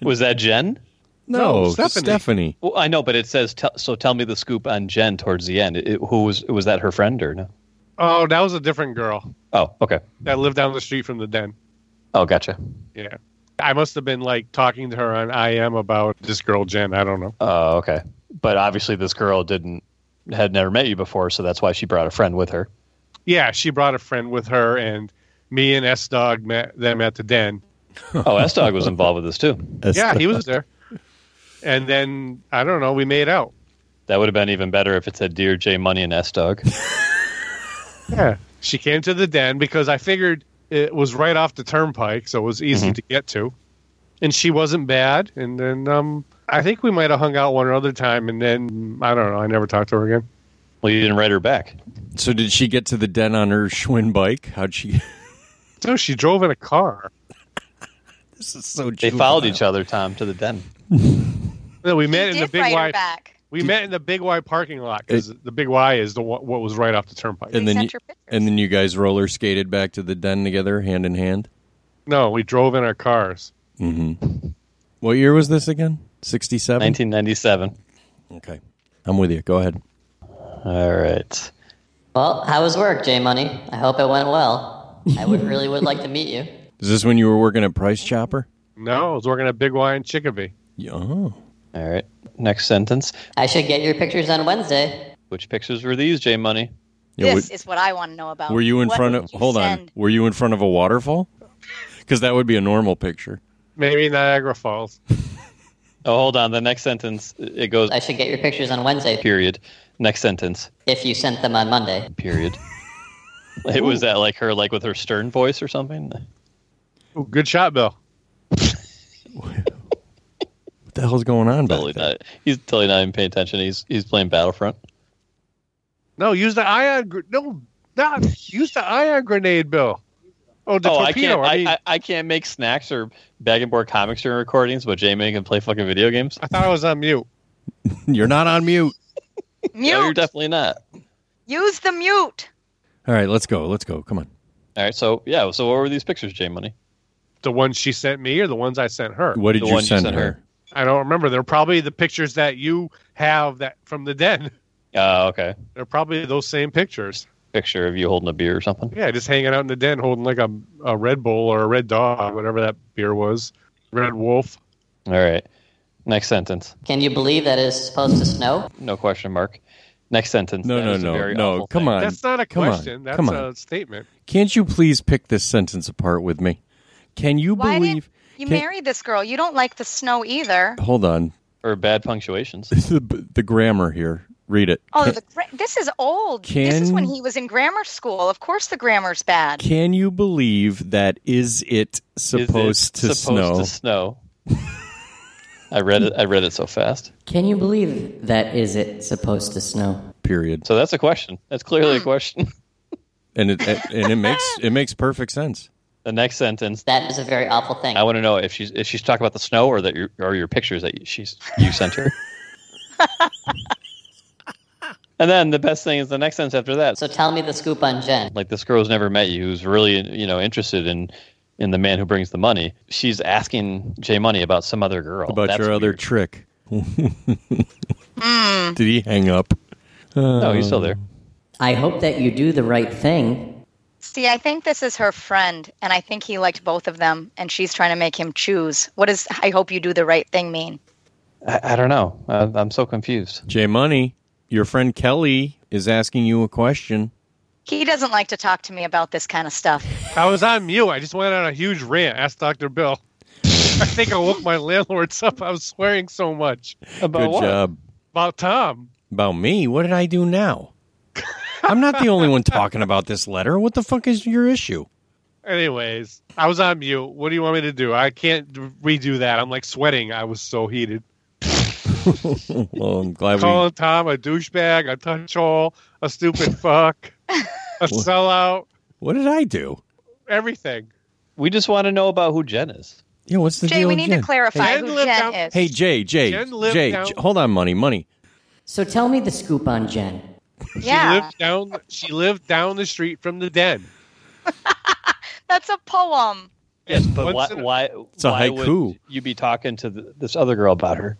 S2: Was that Jen?
S1: No,
S2: No,
S1: Stephanie.
S2: Stephanie. Well, I know, but it says tell so. Tell me the scoop on Jen towards the end. It, who was was that her friend or no?
S4: Oh, that was a different girl
S2: Oh, okay.
S4: that lived down the street from the den.
S2: Oh, gotcha.
S4: Yeah. I must have been like talking to her on IM about this girl Jen. I don't know.
S2: Oh, okay. But obviously, this girl didn't had never met you before, so that's why she brought a friend with her.
S4: Yeah, she brought a friend with her, and me and S Dog met them at the den.
S2: Oh, S Dog was involved with this too.
S4: yeah, he was there. And then I don't know. We made out.
S2: That would have been even better if it said "Dear J Money and S Dog."
S4: Yeah, she came to the den because I figured it was right off the turnpike, so it was easy to get to. And she wasn't bad. And then um, I think we might have hung out one or other time. And then I don't know. I never talked to her again.
S2: Well, you didn't write her back.
S1: So did she get to the den on her Schwinn bike? How'd she?
S4: No, she drove in a car.
S1: this is so.
S2: They followed each other, Tom, to the den.
S4: No, we met
S3: He
S4: in the
S3: did
S4: big
S3: write her
S4: Y.
S3: back.
S4: We met in the big Y parking lot because the big Y is the one- what was right off the turnpike.
S1: And then you, and then you guys roller skated back to the den together, hand in hand.
S4: no, we drove in our cars.
S1: Mm-hmm. What year was this again? Sixty-seven.
S2: 1997.
S1: Okay, I'm with you. Go ahead.
S2: All right.
S11: Well, how was work, J Money? I hope it went well. I would really would like to meet you.
S1: Is this when you were working at Price Chopper?
S4: No, I was working at Big Y in Chicopee.
S1: Yeah, Oh.
S2: All right. Next sentence.
S11: I should get your pictures on Wednesday.
S2: Which pictures were these, J Money?
S1: Yeah,
S3: this
S1: were-
S3: is what I want to know about.
S1: were you in
S3: What
S1: front
S3: did
S1: of?
S3: you
S1: Hold
S3: send?
S1: on. Were you in front of a waterfall? Because that would be a normal picture.
S4: Maybe Niagara Falls.
S2: Oh, hold on. The next sentence it goes.
S11: I should get your pictures on Wednesday
S2: Period. Next sentence.
S11: if you sent them on Monday.
S2: Period. it was that like her like with her stern voice or something.
S4: Ooh, good shot, Bill.
S1: What the hell's going on,
S2: Totally not. He's totally not even paying attention. He's he's playing Battlefront.
S4: No, use the ion. Gr- no, not use the ion grenade, Bill. Oh, the
S2: oh, I
S4: torpedo.
S2: can't.
S4: I,
S2: I,
S4: mean, I,
S2: I, I can't make snacks or bag and board comics during recordings, but J Man can play fucking video games.
S4: thought I was on mute.
S1: You're not on mute.
S2: No, you're
S3: Mute.
S2: definitely not.
S3: Use the mute.
S1: All right, let's go. Let's go. Come on.
S2: All right. So yeah. So what were these pictures, J Money?
S4: The ones she sent me, or the ones I sent her.
S1: What did
S2: The
S1: you
S2: one you
S1: send
S2: sent
S1: her?
S2: her.
S4: I don't remember. They're probably the pictures that you have that from the den.
S2: Oh, okay.
S4: They're probably those same pictures.
S2: Picture of you holding a beer or something.
S4: Yeah, just hanging out in the den, holding like a a Red Bull or a Red Dog, whatever that beer was. Red Wolf.
S2: All right. Next sentence.
S11: Can you believe that it is supposed to snow?
S2: No question mark. Next sentence.
S1: No,
S2: That
S1: no,
S2: is a
S1: no,
S2: very
S1: no.
S2: awful
S1: Come
S2: thing.
S1: on.
S4: That's not a
S1: Uh, Come on.
S4: question. That's
S1: Come on.
S4: a statement.
S1: Can't you please pick this sentence apart with me? Can you
S3: Why didn't
S1: believe?
S3: You
S1: Can-
S3: married this girl. You don't like the snow either.
S1: Hold on.
S2: Or bad punctuations.
S1: The, the grammar here. Read it.
S3: Oh,
S1: Can-
S3: the gra- this is old. This is when
S1: Can-
S3: he was in grammar school. Of course, the grammar's bad.
S1: Can you believe that? Is it
S2: Is it
S1: supposed to
S2: supposed
S1: snow?
S2: to snow? I read it. I read it so fast.
S11: Can you believe that is it supposed to snow?
S1: Period.
S2: So that's a question. That's clearly a question.
S1: And it and it makes it makes perfect sense.
S2: The next sentence.
S11: That is a very awful thing.
S2: I want to know if she's if she's talking about the snow or that your or your pictures that she's you sent her. and then the best thing is the next sentence after that.
S11: So tell me the scoop on Jen.
S2: like this girl's never met you who's really you know interested in in the man who brings the money she's asking jay money about some other girl
S1: About
S2: That's
S1: your other
S2: weird.
S1: trick.
S3: Hmm.
S1: Did he hang up?
S2: no he's
S1: Uh.
S2: still there
S11: I hope that you do the right thing.
S3: See, I think this is her friend, and I think he liked both of them, and she's trying to make him choose. What does "I hope you do the right thing" mean?
S2: i, I don't know I, i'm so confused
S1: Jay Money, your friend Kelly is asking you a question.
S3: He doesn't like to talk to me about this kind of stuff.
S4: I was on mute. I just went on a huge rant. Ask Dr. Bill. I think I woke my landlords up. I was swearing so much.
S2: about
S1: Good
S2: what
S1: job.
S4: About Tom.
S1: About me? What did I do now? I'm not the only one talking about this letter. What the fuck is your issue?
S4: Anyways, I was on mute. What do you want me to do? I can't redo that. I'm like sweating. I was so heated.
S1: well, I'm glad we.
S4: Calling Tom a douchebag, a touchhole, a stupid fuck, a sellout,
S1: What did I do?
S4: everything.
S2: We just want to know about who Jen is.
S1: Yeah, what's the
S3: Jay,
S1: deal
S3: we
S1: with
S3: need
S1: Jen?
S3: to clarify
S4: Jen
S3: who
S4: lived
S3: Jen
S4: out-
S3: is.
S1: Hey, Jay, Jay,
S4: Jen lived
S1: Jay,
S4: down-
S1: J- hold on, money, money.
S11: So tell me the scoop on Jen.
S3: yeah,
S4: She lived down. She lived down the street from the den.
S3: that's a poem.
S2: Yes, but why?
S4: Once in a-
S2: Why,
S1: It's a
S2: why
S1: haiku.
S2: would you be talking to th this other girl about her?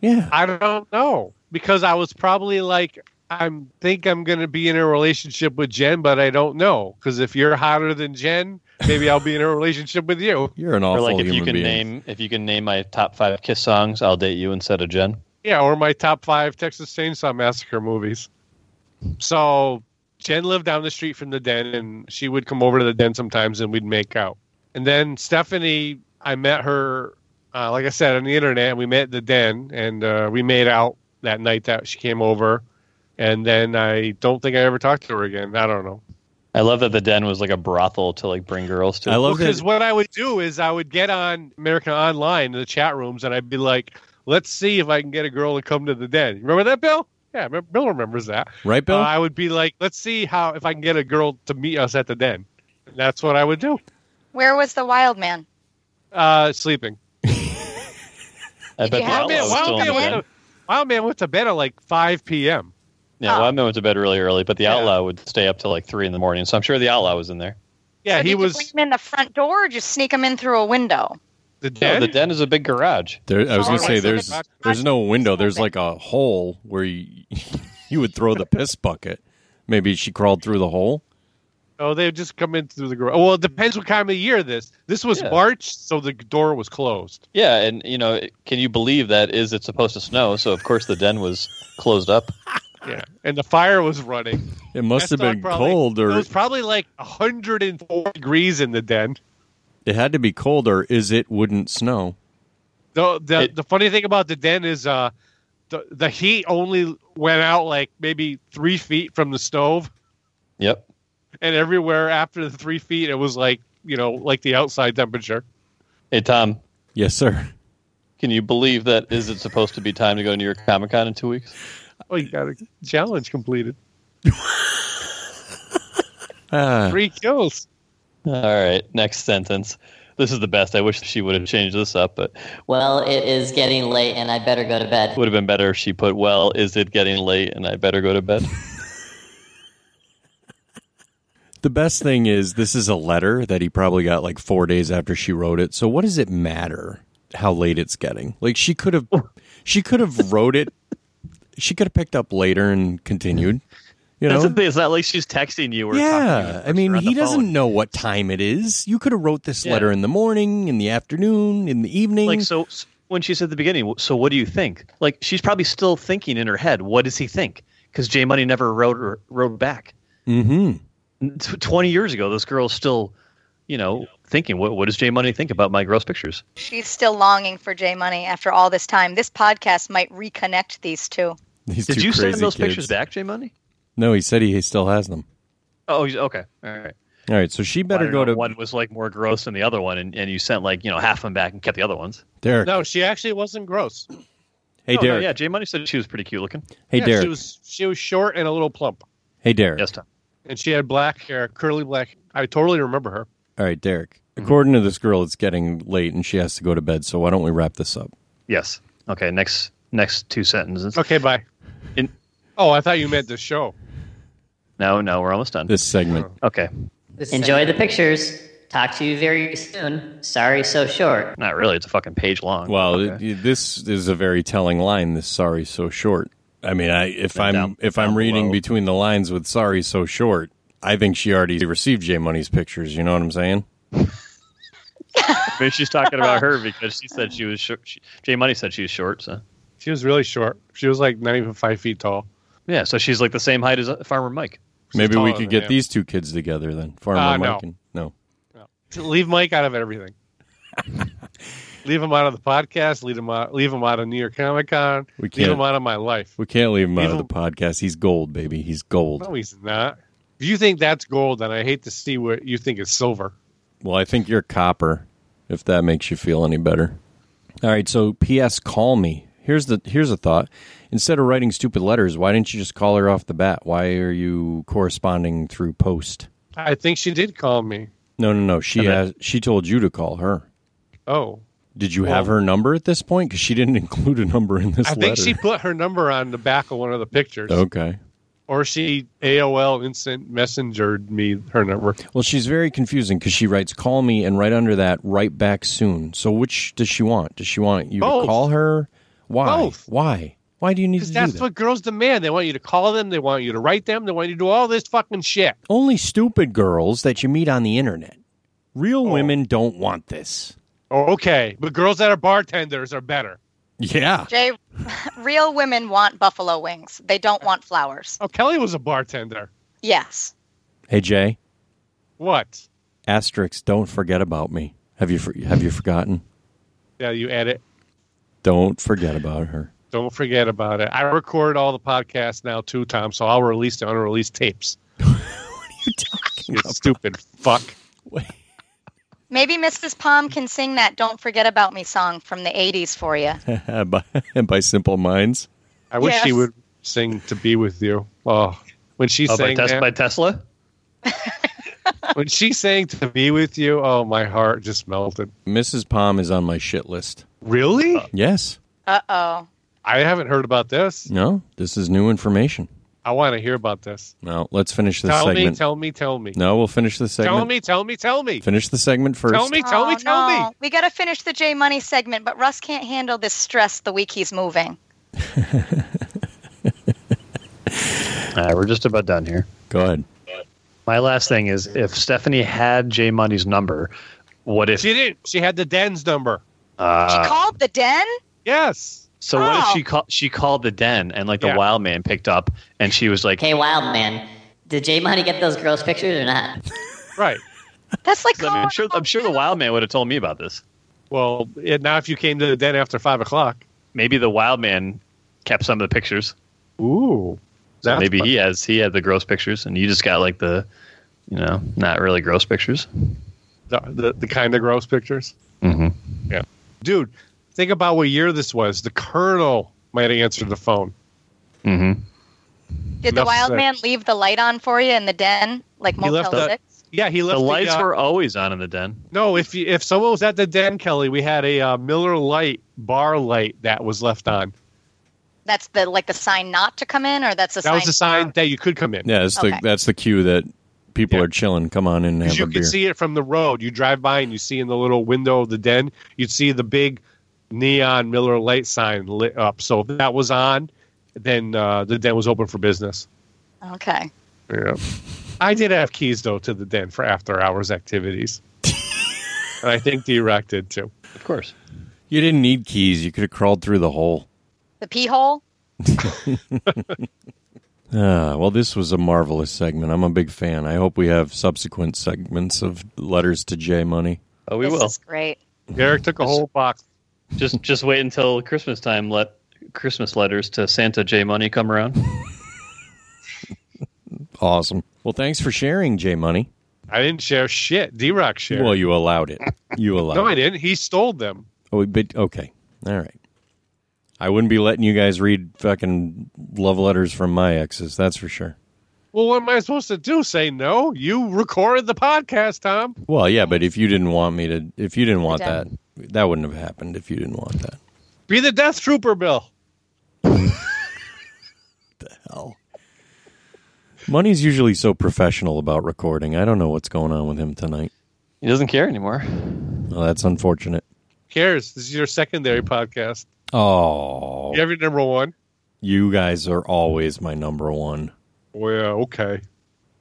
S1: Yeah.
S4: I don't know because I was probably like, I think I'm going to be in a relationship with Jen, but I don't know because if you're hotter than Jen, maybe I'll be in a relationship with you.
S1: You're an
S2: Or
S1: awful
S2: like if
S1: human
S2: you can
S1: being.
S2: name if you can name my top five Kiss songs, I'll date you instead of Jen.
S4: Yeah, or my top five Texas Chainsaw Massacre movies. So Jen lived down the street from the den, and she would come over to the den sometimes, and we'd make out. And then Stephanie, I met her, uh, like I said, on the internet. and We met at the den, and uh, we made out that night that she came over. And then I don't think I ever talked to her again. I don't know.
S2: I love that the den was like a brothel to like bring girls to.
S1: I love
S4: Because
S1: that.
S4: what I would do is I would get on American Online, the chat rooms, and I'd be like, "Let's see if I can get a girl to come to the den." Remember that, Bill? Yeah, Re- Bill remembers that.
S1: Right, Bill?
S4: Uh, I would be like, "Let's see how if I can get a girl to meet us at the den." And that's what I would do.
S3: Where was the wild man?
S4: Uh, sleeping.
S2: I
S3: Did
S2: bet
S3: you
S2: the
S3: have
S4: Wild
S2: outlaw
S4: man,
S3: it?
S2: was
S3: Wow,
S2: still in
S4: Wild man
S2: the
S3: yeah.
S4: went
S2: den.
S4: to, Wild man went to bed at like five p.m.
S2: Yeah,
S3: Oh.
S2: Wildman went to bed really early, but the
S4: Yeah.
S2: outlaw would stay up till like three in the morning. So I'm sure the outlaw was in there.
S4: Yeah,
S3: So did
S4: he
S3: you
S4: was
S3: bring him in the front door, or just sneak him in through a window.
S4: the
S2: No,
S4: den.
S2: Oh, the den is a big garage.
S1: There, I was gonna
S3: Okay,
S1: say
S3: so
S1: there's
S3: the-
S1: there's no window. There's like a hole where you you would throw the piss bucket. Maybe she crawled through the hole.
S4: oh, they would just come in through the garage. Well, it depends what time of year this. This was
S2: Yeah.
S4: March, so the door was closed.
S2: Yeah, and you know, can you believe that is it's supposed to snow? So of course the den was closed up.
S4: Yeah, and the fire was running.
S1: It must
S4: That
S1: have been
S4: dog probably-
S1: cold, or
S4: it was probably like 104 degrees in the den.
S1: it had to be cold, or is it wouldn't snow?
S4: The the,
S2: It-
S4: the funny thing about the den is uh, the the heat only went out like maybe three feet from the stove,
S2: Yep.
S4: and everywhere after the three feet, it was like you know like the outside temperature.
S2: Hey Tom,
S1: Yes, sir.
S2: can you believe that is it supposed to be time to go to your Comic Con in two weeks?
S4: Oh, you got a challenge completed.
S1: Ah,
S4: Three kills.
S2: All right, next sentence. This is the best. I wish she would have changed this up, but
S11: Well, it is getting late and I better go to bed.
S2: would have been better if she put, "Well, is it getting late, and I better go to bed."
S1: the best thing is this is a letter that he probably got like four days after she wrote it. So what does it matter how late it's getting? Like she could have she could have wrote it. She could have picked up later and continued. You know,
S2: That's the thing. It's not like she's texting you or talking to you
S1: yeah,
S2: in
S1: I
S2: person
S1: mean,
S2: or on
S1: he
S2: the
S1: doesn't
S2: phone.
S1: know what time it is. You could have wrote this
S2: Yeah.
S1: letter in the morning, in the afternoon, in the evening.
S2: Like so, s- when she said at the beginning, so what do you think? Like she's probably still thinking in her head, what does he think? Because J Money never wrote her, wrote back.
S1: mm-hmm.
S2: Tw- Twenty years ago, this girl's still, you know, thinking, what what does J Money think about my gross pictures?
S3: She's still longing for J Money after all this time. This podcast might reconnect these two.
S1: These
S2: Did
S1: two
S2: you send
S1: crazy
S2: those
S1: kids.
S2: pictures back, J Money?
S1: No, he said he, he still has them.
S2: Oh, he's- okay, all right.
S1: All right, so she
S2: I
S1: better
S2: don't
S1: go
S2: know,
S1: to
S2: one was like more gross than the other one, and, and you sent like you know half of them back and kept the other ones.
S1: Derek.
S4: No, she actually wasn't gross.
S1: Hey,
S2: No, Oh, no,
S1: Derek.
S2: yeah, J Money said she was pretty cute looking.
S1: Hey,
S4: yeah,
S1: Derek.
S4: She was she was short and a little plump,
S1: hey, Derek.
S2: Yes, Tom.
S4: and she had black hair, curly black. I totally remember her.
S1: All right, Derek. According to this girl, it's getting late and she has to go to bed. So why don't we wrap this up?
S2: Yes. Okay. Next next two sentences.
S4: Okay, bye.
S2: In-
S4: oh, I thought you meant the show.
S2: No, no, we're almost done.
S1: This segment.
S2: Okay.
S11: Enjoy the pictures. Talk to you very soon. Sorry, so short.
S2: Not really. It's a fucking page long.
S1: Well,
S2: Okay.
S1: it- it- this is a very telling line. This sorry so short. I mean, I if I'm
S2: down-
S1: if
S2: down
S1: I'm reading
S2: below.
S1: between the lines with sorry so short, I think she already received J Money's pictures. You know what I'm saying?
S2: Maybe she's talking about her because she said she was short. She, Jay Money said she was short. So
S4: She was really short. She was like not even five feet tall.
S2: yeah, so she's like the same height as uh, Farmer Mike.
S1: Maybe we
S4: taller
S1: could
S4: than
S1: get
S4: him.
S1: these two kids together then. Farmer
S4: Uh,
S1: Mike
S4: no.
S1: and no.
S4: Leave Mike out of everything. leave him out of the podcast. Leave him out. Leave him out of New York Comic Con.
S1: We
S4: Leave
S1: can't-
S4: him out of my life.
S1: We can't leave him out of the
S4: Leave
S1: podcast. He's gold, baby. He's gold.
S4: No, he's not. If you think that's gold, then I hate to see what you think is silver.
S1: Well, I think you're copper, if that makes you feel any better. All right, so P.S. Call me. Here's the here's a thought. Instead of writing stupid letters, why didn't you just call her off the bat? Why are you corresponding through post?
S4: I think she did call me.
S1: No, no, no. She
S4: And then-
S1: has, she told you to call her.
S4: Oh,
S1: Did you have her number at this point? Because she didn't include a number in this
S4: I think
S1: letter.
S4: she put her number on the back of one of the pictures,
S1: okay.
S4: or she AOL instant messengered me her number.
S1: Well, she's very confusing because she writes "call me" and right under that, "right back soon." So, which does she want? Does she want you
S4: Both.
S1: to call her? Why?
S4: Both.
S1: Why? Why do you need to do
S4: Because that's
S1: that?
S4: what girls demand. They want you to call them. They want you to write them. They want you to do all this fucking shit.
S1: Only stupid girls that you meet on the internet. Real women don't want this.
S4: Oh, okay. But girls that are bartenders are better.
S1: Yeah.
S3: Jay, real women want buffalo wings. They don't want flowers.
S4: Oh, Kelly was a bartender.
S3: Yes.
S1: Hey Jay,
S4: What?
S1: asterisk. Don't forget about me. Have you for, have you forgotten?
S4: Yeah, you edit.
S1: Don't forget about her.
S4: Don't forget about it. I record all the podcasts now too, Tom. So I'll release the unreleased tapes. what are you talking about? Stupid fuck.
S3: Maybe Mrs. Palm can sing that Don't Forget About Me song from the 80s for you.
S1: by, by Simple Minds.
S4: I wish she
S3: Yes.
S4: would sing "To Be with You." Oh, when she
S2: Oh, by
S4: sang
S2: Tes-
S4: that-
S2: by Tesla.
S4: when she sang "To Be with You," oh, my heart just melted.
S1: Mrs. Palm is on my shit list.
S4: Really?
S1: Yes.
S3: Uh oh.
S4: I haven't heard about this.
S1: No. This is new information.
S4: I want to hear about this.
S1: No. Let's finish this
S4: tell
S1: segment.
S4: me, tell me, tell me.
S1: No, we'll finish the segment.
S4: Tell me, tell me, tell me.
S1: Finish the segment first.
S4: Tell me, tell me, tell me.
S3: Oh, We got to finish the J Money segment, but Russ can't handle this stress the week he's moving.
S2: Uh, we're just about done here.
S1: Go ahead.
S2: My last thing is if Stephanie had Jay Money's number, what if
S4: She didn't. She had the Den's number.
S2: uh,
S3: Called the den?
S4: Yes.
S2: So what if
S3: Oh.
S2: she called? She called the den, and like the
S11: Yeah.
S2: wild man picked up, and she was like,
S11: Hey, wild man, did J Money get those girls' pictures or not?
S4: Right.
S3: That's like.
S2: I am sure. I'm sure the wild man would have told me about this.
S4: Well, it, now if you came to the den after five o'clock,
S2: Maybe the wild man kept some of the pictures.
S4: Ooh.
S2: So
S4: that's
S2: maybe
S4: fun.
S2: he has he had the gross pictures, and you just got like the, you know, not really gross pictures.
S4: the, the, the kind of gross pictures.
S2: Mm-hmm.
S4: Yeah. Dude, think about what year this was. The colonel might have answered the phone.
S2: Mm-hmm.
S3: Did the
S4: Enough
S3: wild
S4: said.
S3: man leave the light on for you in the den, like
S4: He left
S3: Motel
S4: the-
S3: Six?
S4: Yeah, he left
S2: The lights
S4: uh,
S2: were always on in the den.
S4: No, if you, if someone was at the den, Kelly, we had a uh, Miller Light bar light that was left on.
S3: That's the like the sign not to come in, or that's a
S4: that
S3: sign.
S4: was a sign that you could come in.
S1: Yeah, that's
S3: Okay.
S1: the that's the cue that people are chilling. Come on in and
S4: 'Cause
S1: have
S4: you
S1: a
S4: could
S1: beer.
S4: see it from the road. You drive by and you see in the little window of the den, you'd see the big neon Miller Light sign lit up. So if that was on, then uh, the den was open for business.
S3: okay.
S4: Yeah. I did have keys though to the den for after hours activities. and I think D-Rock did too.
S2: Of course.
S1: you didn't need keys. You could have crawled through the hole.
S3: The pee hole.
S1: Ah, well, this was a marvelous segment. I'm a big fan. I hope we have subsequent segments of letters to J Money.
S2: Oh, we
S3: this
S2: will.
S3: is great.
S4: Derek took a whole box.
S2: Just just wait until Christmas time. Let Christmas letters to Santa J Money come around.
S1: Awesome. Well, thanks for sharing, J Money.
S4: I didn't share shit. D-Rock shared.
S1: Well, you allowed it. You allowed.
S4: no,
S1: it.
S4: I didn't. He stole them.
S1: Oh, but okay. All right. I wouldn't be letting you guys read fucking love letters from my exes. That's for sure.
S4: Well, what am I supposed to do? Say no? You recorded the podcast, Tom.
S1: Well, yeah, but if you didn't want me to, if you didn't want that,
S4: done.
S1: that wouldn't have happened. If you didn't want that.
S4: Be the death trooper, Bill.
S1: hell. Money's usually so professional about recording. I don't know what's going on with him tonight.
S2: He doesn't care anymore.
S1: Well, that's unfortunate.
S4: Cares. This is your secondary podcast.
S1: Oh,
S4: You have your number one.
S1: you guys are always my number one.
S4: Well, Oh, okay.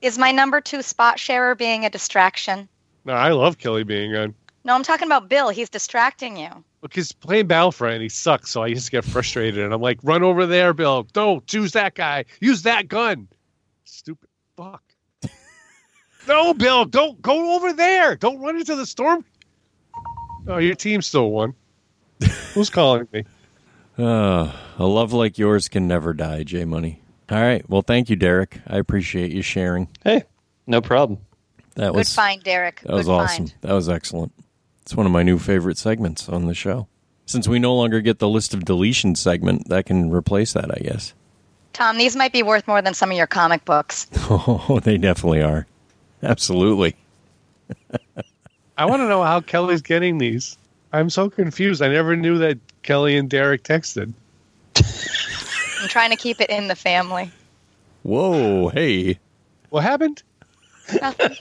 S3: Is my number two spot sharer being a distraction?
S4: No, I love Kelly being on
S3: No, I'm talking about Bill. He's distracting you.
S4: because playing Battlefront and he sucks. So I used to get frustrated and I'm like, run over there, Bill. Don't choose that guy. Use that gun. Stupid fuck. no, Bill. Don't go over there. Don't run into the storm. Oh, your team still won. Who's calling me?
S1: Uh, a love like yours can never die, J Money. All right. Well, thank you, Derek. I appreciate you sharing.
S2: Hey, no problem.
S1: That was
S3: Good find, Derek.
S1: that was
S3: Good
S1: awesome.
S3: find.
S1: That was excellent. It's one of my new favorite segments on the show. Since we no longer get the list of deletion segment, that can replace that, I guess.
S3: Tom, these might be worth more than some of your comic books.
S1: Oh, they definitely are. Absolutely.
S4: I want to know how Kelly's getting these. I'm so confused. I never knew that Kelly and Derek texted.
S3: I'm trying to keep it in the family.
S1: Whoa, hey.
S4: What happened?
S3: Nothing.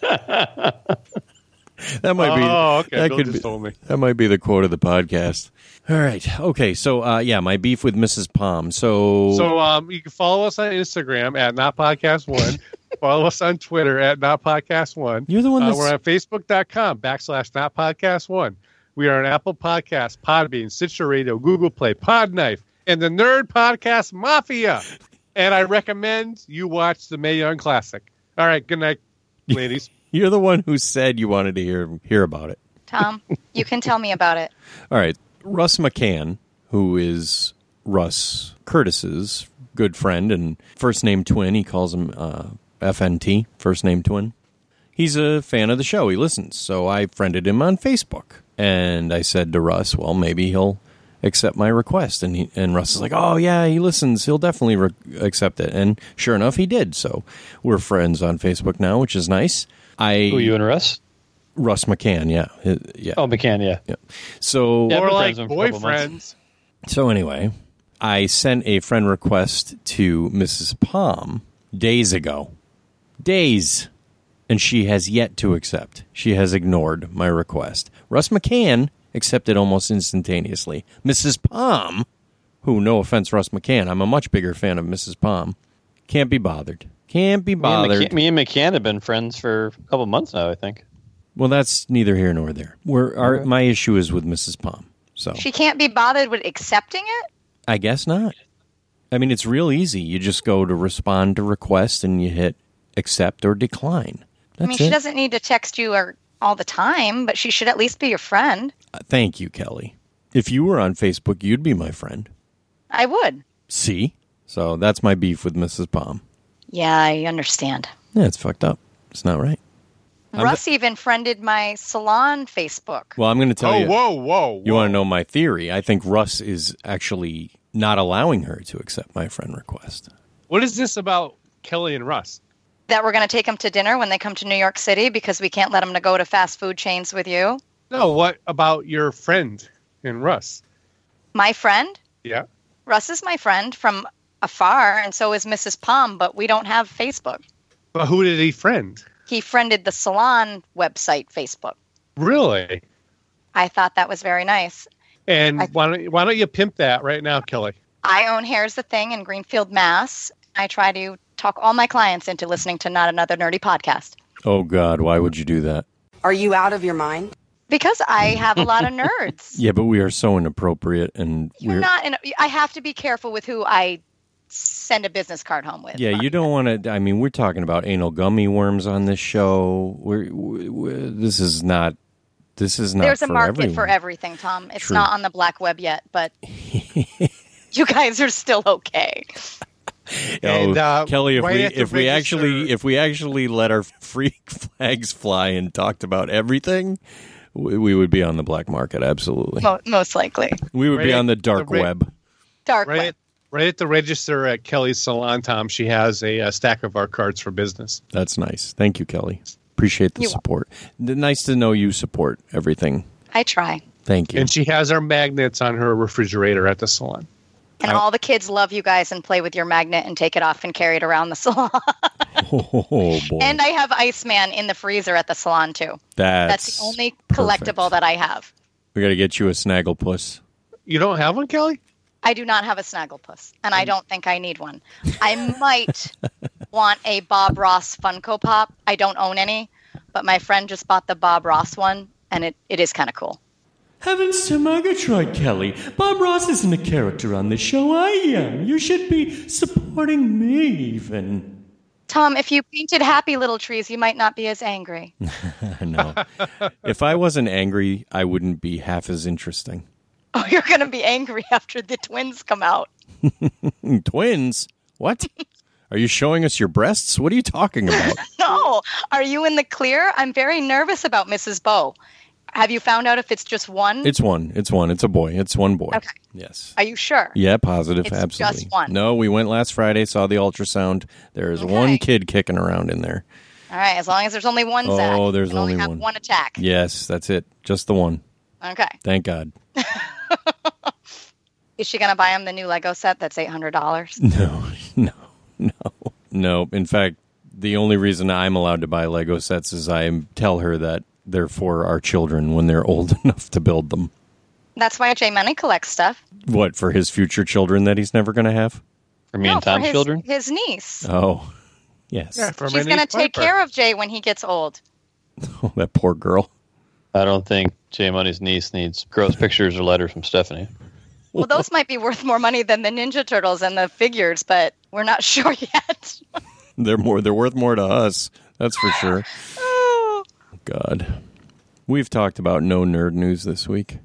S1: That might be
S4: Oh, okay.
S1: that
S4: Bill
S1: could
S4: just
S1: be,
S4: told me.
S1: That might be the quote of the podcast. All right. Okay, so uh, yeah, my beef with Mrs. Palm. So
S4: So um, you can follow us on Instagram at Not Podcast One. follow us on Twitter at Not Podcast One.
S1: You're the one
S4: Uh,
S1: that's-
S4: we're on Facebook.com backslash Not Podcast One. We are on Apple Podcasts, Podbean, Stitcher Radio, Google Play, Podknife, and the Nerd Podcast Mafia. And I recommend you watch the May Young Classic. All right, good night, ladies.
S1: you're the one who said you wanted to hear hear about it.
S3: Tom, you can tell me about it.
S1: All right. Russ McCann, who is Russ Curtis's good friend and first name twin, he calls him uh, FNT, first name twin. He's a fan of the show. He listens. So I friended him on Facebook. And I said to Russ, well, maybe he'll accept my request. And, he, and Russ is like, oh, yeah, he listens. He'll definitely re- accept it. And sure enough, he did. So we're friends on Facebook now, which is nice. I
S2: Who, you and Russ?
S1: Russ McCann, yeah. Hi- yeah.
S2: Oh, McCann, yeah.
S1: yeah. So
S2: Yeah, I've
S4: More
S2: been
S4: like
S2: friends with him for a couple months.
S4: boyfriends.
S1: so anyway, I sent a friend request to Mrs. Palm days ago. Days. And she has yet to accept. She has ignored my request. Russ McCann accepted almost instantaneously. Mrs. Palm, who, no offense, Russ McCann, I'm a much bigger fan of Mrs. Palm, can't be bothered. Can't be
S2: Me and,
S1: bothered.
S2: McCann, me and McCann have been friends for a couple months now, I think.
S1: Well, that's neither here nor there. We're, our,
S2: Okay.
S1: My issue is with Mrs. Palm. So
S3: She can't be bothered with accepting it?
S1: I guess not. I mean, it's real easy. You just go to respond to request and you hit accept or decline. That's
S3: I mean,
S1: it.
S3: she doesn't need to text you or all the time, but she should at least be your friend.
S1: Uh, Thank you, Kelly. If you were on Facebook, you'd be my friend.
S3: I would.
S1: See? So that's my beef with Mrs. Palm.
S3: Yeah, I understand.
S1: Yeah, it's fucked up. It's not right. I'm
S3: Russ even friended my salon Facebook.
S1: Well, I'm going to tell
S4: oh,
S1: you.
S4: whoa, whoa.
S1: You want to know my theory? I think Russ is actually not allowing her to accept my friend request.
S4: What is this about Kelly and Russ?
S3: That we're going to take them to dinner when they come to New York City because we can't let them to go to fast food chains with you.
S4: No, what about your friend and Russ?
S3: My friend,
S4: Yeah.
S3: Russ is my friend from afar, and so is Mrs. Palm, but we don't have Facebook.
S4: But who did he friend?
S3: He friended the salon website Facebook.
S4: Really?
S3: I thought that was very nice.
S4: And why don't why don't you pimp that right now, Kelly?
S3: I own Hair's the Thing in Greenfield, Mass. I try to talk all my clients into listening to Not Another Nerdy Podcast
S1: Oh, God, why would you do that?
S13: Are you out of your mind?
S3: because I have a lot of nerds.
S1: Yeah, but we are so inappropriate and
S3: You're
S1: we're.
S3: not, in I have to be careful with who I send a business card home with.
S1: Yeah, you don't want to. I mean, we're talking about anal gummy worms on this show. We're, we we- this is not. This is not.
S3: There's a
S1: for
S3: market
S1: everyone.
S3: for everything, Tom. It's
S1: True.
S3: not on the black web yet, but you guys are still okay.
S1: Oh,
S4: And, uh,
S1: Kelly, if
S4: right
S1: we
S4: at the
S1: if we
S4: register-
S1: actually if we actually let our freak flags fly and talked about everything, we, we would be on the black market. Absolutely,
S3: Mo- most likely.
S1: we would be
S4: Right,
S1: on the dark
S4: the reg-
S1: web.
S3: Dark
S4: Right
S3: web.
S4: at, right at the register at Kelly's salon, Tom, she has a, uh stack of our cards for business.
S1: That's nice. Thank you, Kelly. Appreciate the
S3: You're
S1: support. N- Nice to know you support everything.
S3: I try.
S1: Thank you.
S4: And she has our magnets on her refrigerator at the salon.
S3: And all the kids love you guys and play with your magnet and take it off and carry it around the salon.
S1: oh boy,
S3: and I have Iceman in the freezer at the salon too.
S1: that's,
S3: That's, the only
S1: perfect.
S3: collectible that I have.
S1: We got to get you a snagglepuss.
S4: You don't have one, Kelly?
S3: I do not have a snagglepuss, and I don't think I need one. I might want a Bob Ross Funko Pop. I don't own any, but my friend just bought the Bob Ross one, and it, it is kind of cool.
S14: Heavens to Murgatroyd Kelly. Bob Ross isn't a character on this show. I am. You should be supporting me, even.
S3: Tom, if you painted happy little trees, you might not be as angry.
S1: no. if I wasn't angry, I wouldn't be half as interesting.
S3: Oh, you're going to be angry after the twins come out.
S1: Twins? What? Are you showing us your breasts? What are you talking about?
S3: No, are you in the clear? I'm very nervous about Mrs. Bow. Have you found out if it's just one?
S1: It's one. It's one. It's a boy. It's one boy.
S3: Okay.
S1: Yes.
S3: Are you sure?
S1: Yeah, positive.
S3: It's
S1: absolutely.
S3: just one.
S1: No, we went last Friday, saw the ultrasound. There is one kid kicking around in there.
S3: All right. As long as there's only one, Zach.
S1: Oh,
S3: you
S1: there's
S3: can only,
S1: only
S3: have
S1: one.
S3: one attack.
S1: Yes, that's it. Just the one.
S3: Okay.
S1: Thank God.
S3: Is she gonna buy him the new Lego set that's eight hundred dollars?
S1: No, no, no, no. In fact, the only reason I'm allowed to buy Lego sets is I tell her that they're for our children when they're old enough to build them.
S3: That's why Jay Money collects stuff.
S1: What for his future children that he's never going to have?
S2: For
S1: me
S3: No, for his, His niece.
S1: Oh, yes.
S3: She's gonna take care of Jay when he gets old.
S1: Oh, that poor girl.
S2: I don't think J Money's niece needs gross pictures or letters from Stephanie.
S3: Well, those might be worth more money than the Ninja Turtles and the figures, but we're not sure yet.
S1: They're more. They're worth more to us. That's for sure. God, we've talked about no nerd news this week,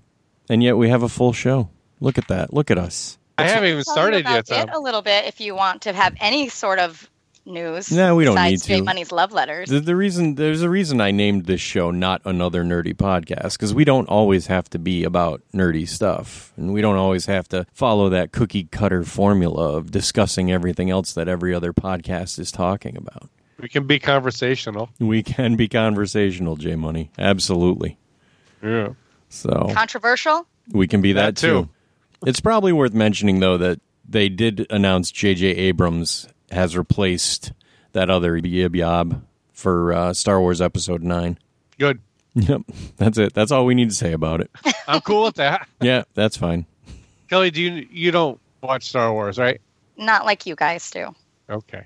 S1: and yet we have a full show. Look at that. Look at us.
S4: I haven't even
S3: Tell you
S4: started
S3: about
S4: yet, Tom.
S3: it a little bit if you want to have any sort of news.
S1: No, we don't
S3: besides
S1: need to.
S3: Jay Money's love letters.
S1: The, the reason there's a reason I named this show not another nerdy podcast because we don't always have to be about nerdy stuff, and we don't always have to follow that cookie cutter formula of discussing everything else that every other podcast is talking about.
S4: We can be conversational.
S1: We can be conversational, J Money. Absolutely.
S4: Yeah.
S1: So
S3: Controversial?
S1: we can be that,
S4: That
S1: too.
S4: too.
S1: It's probably worth mentioning though that they did announce J.J. Abrams has replaced that other yib yob for uh, Star Wars Episode Nine.
S4: Good.
S1: Yep, that's it. That's all we need to say about it.
S4: I'm cool with that.
S1: Yeah, that's fine.
S4: Kelly, do you you don't watch Star Wars, right?
S3: Not like you guys do.
S4: Okay.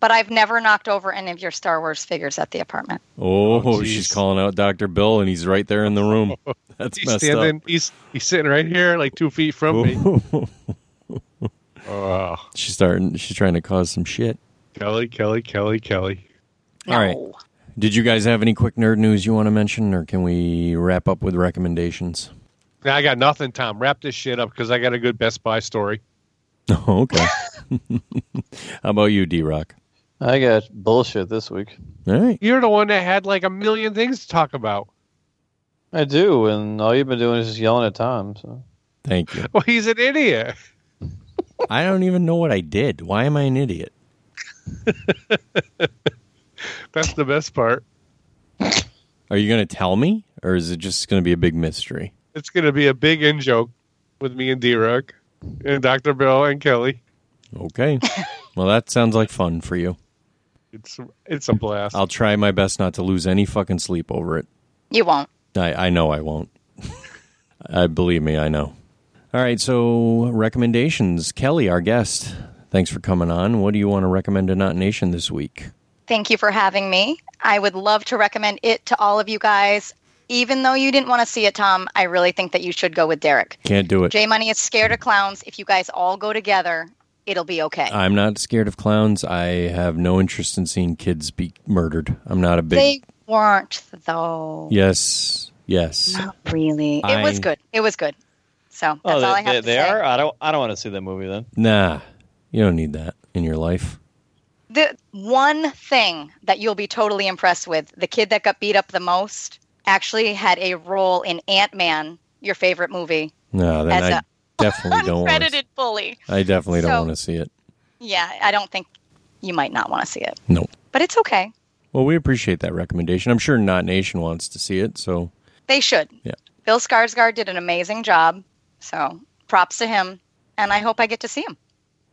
S3: But I've never knocked over any of your Star Wars figures at the apartment.
S1: Oh, she's calling out Doctor Bill, and he's right there in the room. That's
S4: He's
S1: messed
S4: standing.
S1: up.
S4: He's he's sitting right here, like two feet from me. oh,
S1: She's starting. She's trying to cause some shit.
S4: Kelly, Kelly, Kelly, Kelly.
S1: All right. Did you guys have any quick nerd news you want to mention, or can we wrap up with recommendations?
S4: Now I got nothing, Tom. Wrap this shit up because I got a good Best Buy story.
S1: Oh, okay. How about you, D Rock?
S2: I got bullshit this week.
S1: All right.
S4: You're the one that had like a million things to talk about.
S2: I do, and all you've been doing is just yelling at Tom. So
S1: Thank you.
S4: Well, he's an idiot.
S1: I don't even know what I did. Why am I an idiot?
S4: That's the best part.
S1: Are you going to tell me, or is it just going to be a big mystery?
S4: It's gonna be a big in joke with me and D Rock and Dr. Bill and Kelly.
S1: Okay. well, that sounds like fun for you.
S4: It's it's a blast.
S1: I'll try my best not to lose any fucking sleep over it.
S3: You won't.
S1: I, I know I won't. I believe me, I know. All right, so recommendations. Kelly, our guest, thanks for coming on. What do you want to recommend to Not Nation this week?
S3: Thank you for having me. I would love to recommend it to all of you guys. Even though you didn't want to see it, Tom, I really think that you should go with Derek.
S1: Can't do it.
S3: J Money is scared of clowns. If you guys all go together, it'll be
S2: Uh,
S3: okay.
S1: I'm not scared of clowns. I have no interest in seeing kids be murdered. I'm not a big.
S3: They weren't though.
S1: yes, yes.
S3: Not really. It was
S1: I-
S3: good. It was good. So that's
S2: oh,
S3: all I
S2: they,
S3: have
S2: they,
S3: to
S2: they
S3: say.
S2: are. I don't. I don't want to see that movie then.
S1: Nah, you don't need that in your life.
S3: The one thing that you'll be totally impressed with, the kid that got beat up the most actually had a role in Ant Man, your favorite movie.
S1: No, then
S3: As
S1: I
S3: a
S1: definitely don't. Want to,
S3: Credited bully.
S1: I definitely don't
S3: So-
S1: want to see it.
S3: Yeah, I don't think you might not want to see it.
S1: No.
S3: But it's okay.
S1: Well, we appreciate that recommendation. I'm sure Not Nation wants to see it, so
S3: They should.
S1: yeah.
S3: Bill Skarsgård did an amazing job. So props to him. And I hope I get to see him.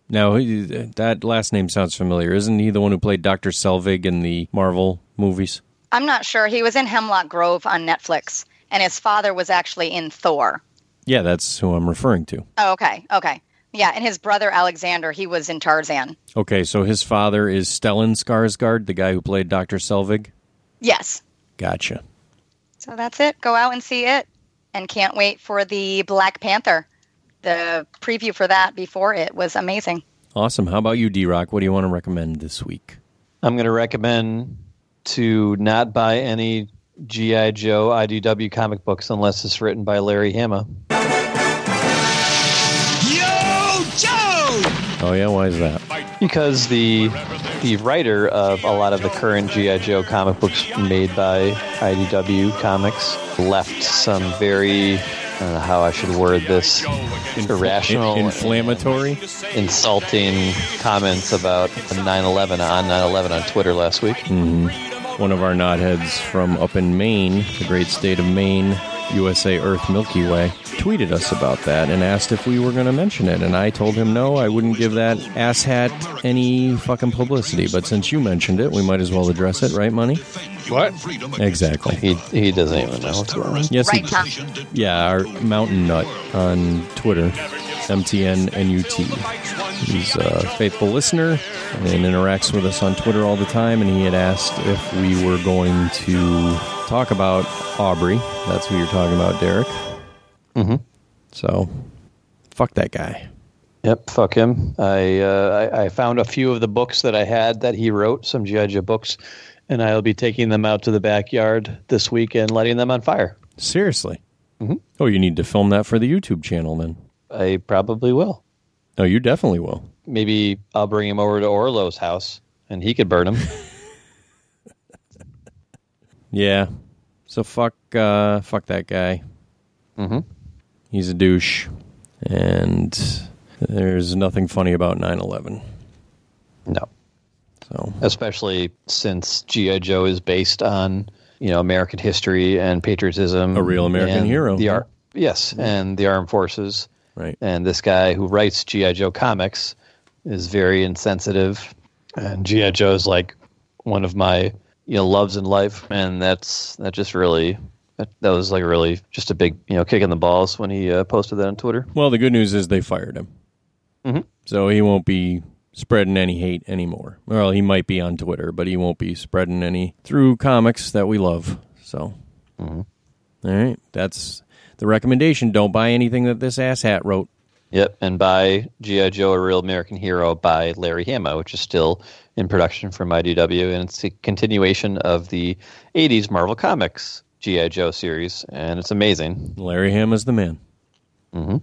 S1: Now he- that last name sounds familiar. Isn't he the one who played Doctor Selvig in the Marvel movies?
S3: I'm not sure. He was in Hemlock Grove on Netflix, and his father was actually in Thor.
S1: Yeah, that's who I'm referring to.
S3: Oh, okay. Okay. Yeah. And his brother Alexander, he was in Tarzan.
S1: Okay, so his father is Stellan Skarsgård, the guy who played Doctor Selvig.
S3: Yes.
S1: Gotcha.
S3: So that's it. Go out and see it. And can't wait for the Black Panther. The preview for that before it was amazing.
S1: Awesome. How about you, D Rock? What do you want to recommend this week?
S2: I'm going to recommend to not buy any GI Joe IDW comic books unless it's written by Larry Hama.
S7: Yo, Joe!
S1: Oh yeah, why is that?
S2: Because the the writer of a lot of the current G.I. Joe comic books made by IDW Comics, left some very, I don't know how I should word this, irrational,
S1: inflammatory,
S2: insulting comments about 9 11 on 9 11 on Twitter last week.
S1: One of our knotheads from up in Maine, the great state of Maine, USA Earth Milky Way, tweeted us about that and asked if we were going to mention it. And I told him no, I wouldn't give that asshat any fucking publicity. But since you mentioned it, we might as well address it, right, Money?
S4: What?
S1: Exactly. He,
S2: he doesn't even know what's going on.
S1: Yes, he,
S2: Right, Tom.
S1: yeah, our mountain nut on Twitter, MTNNUT. He's a faithful listener and interacts with us on Twitter all the time. And he had asked if we were going to talk about Aubrey. That's who you're talking about, Derek.
S2: Mm-hmm.
S1: So, fuck that guy.
S2: Yep, fuck him. I, uh, I I found a few of the books that I had that he wrote, some GI Joe books, and I'll be taking them out to the backyard this week and lighting them on fire.
S1: Seriously. Oh, you need to film that for the YouTube channel then.
S2: I probably will.
S1: No, you definitely will.
S2: Maybe I'll bring him over to Orlo's house and he could burn them.
S1: Yeah. So fuck uh fuck that guy.
S2: Mhm.
S1: He's a douche and there's nothing funny about 9/11.
S2: No.
S1: So
S2: Especially since GI Joe is based on you know American history and patriotism,
S1: A real American
S2: and
S1: hero.
S2: The ar- yes, and the armed forces.
S1: Right.
S2: And this guy who writes GI Joe comics is very insensitive, and GI Joe is like one of my you know loves in life, and that's that just really that, that was like really just a big you know kick in the balls when he uh, posted that on Twitter.
S1: Well, the good news is they fired him.
S2: Mhm.
S1: So he won't be spreading any hate anymore. Well, he might be on Twitter, but he won't be spreading any through comics that we love. So, All right, that's the recommendation. Don't buy anything that this asshat wrote.
S2: Yep, and by G.I. Joe, a real American hero by Larry Hama, which is still in production from IDW, and it's a continuation of the '80s Marvel Comics G.I. Joe series, and it's amazing.
S1: Larry Hama's the man.
S2: Mm-hmm.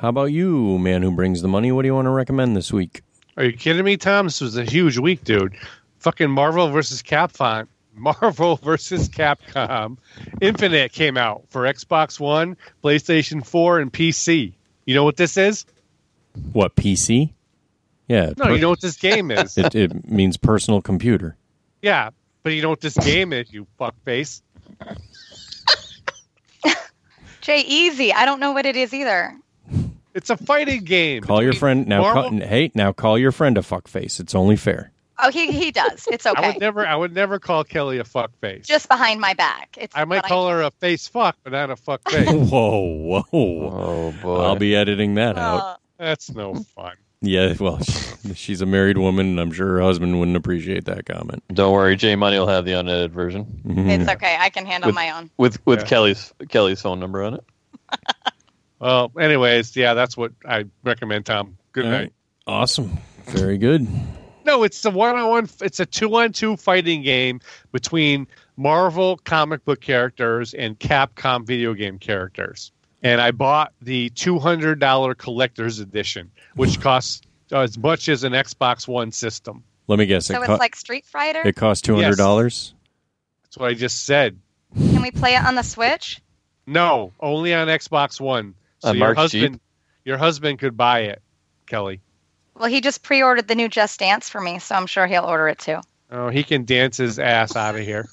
S1: How about you, man who brings the money? What do you want to recommend this week?
S4: Are you kidding me, Tom? This was a huge week, dude. Fucking Marvel versus Capcom. Marvel versus Capcom. Infinite came out for Xbox One, PlayStation 4, and PC. You know what this is?
S1: What PC? Yeah.
S4: No, you know what this game is.
S1: it, it means personal computer.
S4: yeah, but you know what this game is, you fuckface.
S3: Jay Easy. I don't know what it is either.
S4: It's a fighting game.
S1: Call your friend now. Call,
S4: Marvel-
S1: hey, now call your friend a fuckface. It's only fair.
S3: Oh, he he does. It's
S4: I
S3: okay.
S4: would never I would never call Kelly a fuckface.
S3: Just behind my back. It's
S4: I might
S3: but
S4: call her a face fuck, but not a fuckface.
S1: whoa, whoa. Oh
S2: boy.
S1: I'll be editing that out.
S3: Uh,
S4: That's no fun.
S1: Yeah, well, she's a married woman, and I'm sure her husband wouldn't appreciate that comment.
S2: Don't worry, J Money will have the unedited version
S3: it's okay. I can handle
S2: with
S3: my own.
S2: with with
S4: Yeah.
S2: Kelly's Kelly's phone number on it.
S4: Well, anyways, yeah, that's what I recommend, Tom. Good
S1: All
S4: night.
S1: right. Awesome. Very good.
S4: No, it's a one-on-one. It's a two-on-two fighting game between Marvel comic book characters and Capcom video game characters. And I bought the two hundred dollar collector's edition, which costs as much as an Xbox One system.
S1: Let me guess.
S3: So
S1: it,
S3: it's
S1: co-
S3: like Street Fighter.
S1: it cost two hundred dollars.
S4: That's what I just said.
S3: Can we play it on the Switch?
S4: No, only on Xbox One. So
S2: On
S4: your
S2: Mark's
S4: husband,
S2: Jeep?
S4: your husband could buy it, Kelly.
S3: Well, he just pre-ordered the new Just Dance for me, so I'm sure he'll order it too.
S4: Oh, he can dance his ass out of here.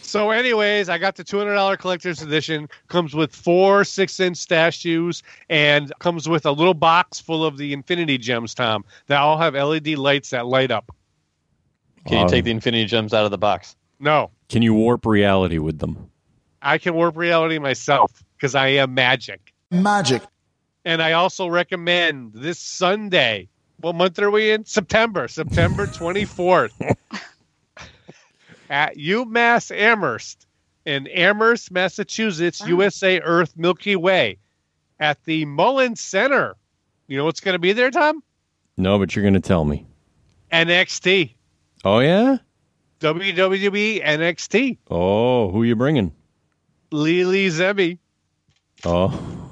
S4: so, anyways, I got the two hundred dollar collector's edition. Comes with four six inch statues and comes with a little box full of the Infinity Gems, Tom. That all have LED lights that light up.
S2: Can you
S1: Um,
S2: take the Infinity Gems out of the box?
S4: No,
S1: Can you warp reality with them?
S4: I can warp reality myself because I am magic.
S15: Magic.
S4: And I also recommend this Sunday. What month are we in? September, September 24th. at UMass Amherst in Amherst, Massachusetts, USA Earth Milky Way at the Mullen Center. You know what's going to be there, Tom?
S1: No, but you're going to tell me.
S4: NXT.
S1: Oh yeah.
S4: WWE NXT.
S1: Oh, who you bringing?
S4: Lily Zebby.
S1: Oh,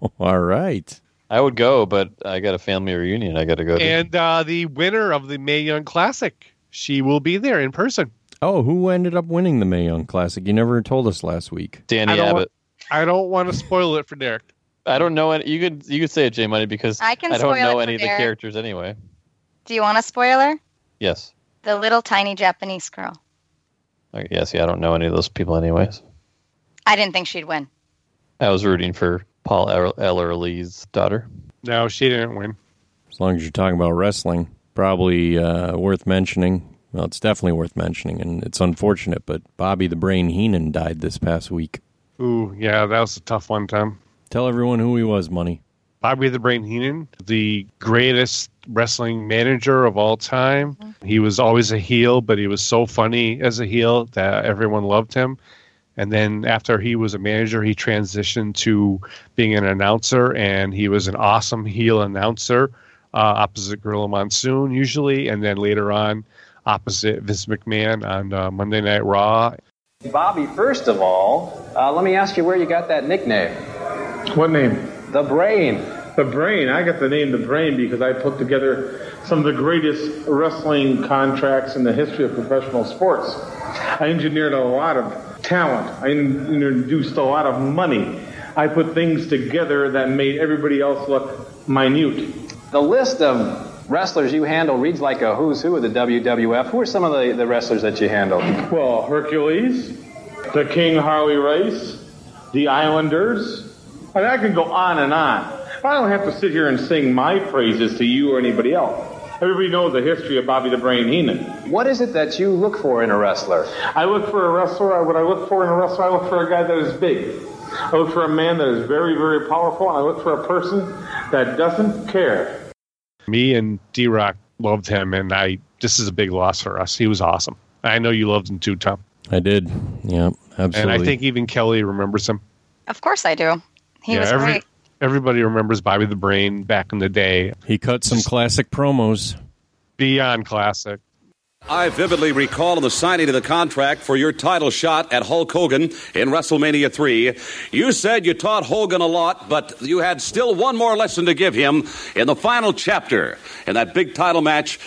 S1: all right.
S16: I would go, but I got a family reunion I got to go to.
S4: And uh, the winner of the May Young Classic, she will be there in person.
S1: Oh, who ended up winning the May Young Classic? You never told us last week.
S16: Danny
S4: I don't wa-
S16: Abbott.
S4: I don't want to spoil it for Derek.
S16: I don't know any. You could you could say it, J Money, because
S3: I can
S16: don't
S3: spoil it
S16: know
S3: for
S16: any of the
S3: Derek.
S16: characters anyway.
S3: Do you want a spoiler?
S16: Yes.
S3: The little tiny Japanese girl.
S16: Like, yes. Yeah. I don't know any of those people anyways.
S3: I didn't think she'd win.
S16: I was rooting for Paul Eller- Ellerly's daughter.
S4: No, she didn't win.
S1: As long as you're talking about wrestling, probably uh, worth mentioning. Well, it's definitely worth mentioning, and it's unfortunate, but Bobby the Brain Heenan died this past week.
S4: Ooh, yeah, that was a tough one, Tom.
S1: Tell everyone who he was, Money.
S4: Bobby the Brain Heenan, the greatest wrestling manager of all time. He was always a heel, but he was so funny as a heel that everyone loved him. And then after he was a manager, he transitioned to being an announcer, and he was an awesome heel announcer, uh, opposite Gorilla Monsoon usually, and then later on, opposite Vince McMahon on uh, Monday Night Raw.
S17: Bobby, first of all, uh, let me ask you where you got that nickname.
S18: What name?
S17: The Brain.
S18: The Brain. I got the name The Brain because I put together some of the greatest wrestling contracts in the history of professional sports. I engineered a lot of talent. I in- introduced a lot of money. I put things together that made everybody else look minute.
S17: The list of wrestlers you handle reads like a who's who of the WWF. Who are some of the, the wrestlers that you handle?
S18: Well, Hercules, the King Harley Race, the Islanders. I, mean, I can go on and on. I don't have to sit here and sing my praises to you or anybody else. Everybody knows the history of Bobby the Brain Heenan.
S17: What is it that you look for in a wrestler?
S18: I look for a wrestler. I- What I look for in a wrestler, I look for a guy that is big. I look for a man that is very, very powerful. And I look for a person that doesn't care.
S4: Me and D Rock loved him, and I. This is a big loss for us. He was awesome. I know you loved him too, Tom.
S1: I did. Yeah, absolutely.
S4: And I think even Kelly remembers him.
S3: Of course I do. He was
S4: every-
S3: great.
S4: Everybody remembers Bobby the Brain back in the day.
S1: He cut some classic promos.
S4: Beyond classic.
S19: I vividly recall the signing of the contract for your title shot at Hulk Hogan in WrestleMania 3. You said you taught Hogan a lot, but you had still one more lesson to give him in the final chapter in that big title match.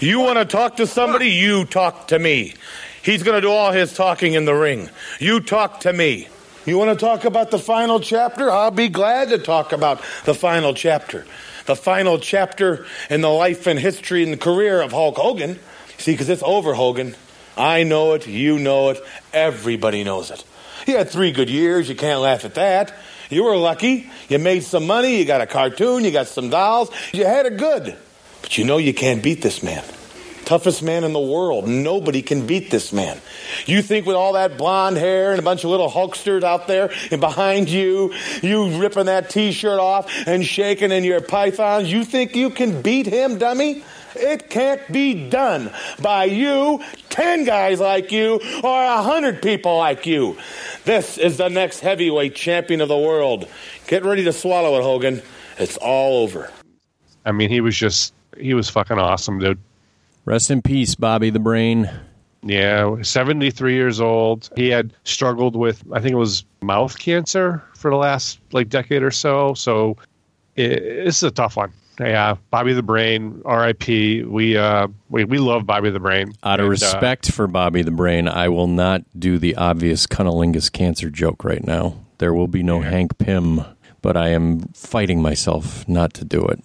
S15: You want to talk to somebody? You talk to me. He's going to do all his talking in the ring. You talk to me. You want to talk about the final chapter? I'll be glad to talk about the final chapter. The final chapter in the life and history and career of Hulk Hogan. See, because it's over, Hogan. I know it, you know it, everybody knows it. You had three good years, you can't laugh at that. You were lucky, you made some money, you got a cartoon, you got some dolls, you had it good. But you know you can't beat this man. Toughest man in the world. Nobody can beat this man. You think with all that blonde hair and a bunch of little hulksters out there and behind you, you ripping that t shirt off and shaking in your pythons, you think you can beat him, dummy? It can't be done by you, 10 guys like you, or a 100 people like you. This is the next heavyweight champion of the world. Get ready to swallow it, Hogan. It's all over.
S4: I mean, he was just he was fucking awesome, dude.
S1: Rest in peace, Bobby the Brain.
S4: Yeah, 73 years old. He had struggled with I think it was mouth cancer for the last like decade or so. So it, this is a tough one. Yeah, Bobby the Brain, R.I.P. We uh we, we love Bobby the Brain.
S1: Out of
S4: And, uh,
S1: respect for Bobby the Brain, I will not do the obvious cunnilingus cancer joke right now. There will be no Hank Pym, but I am fighting myself not to do it.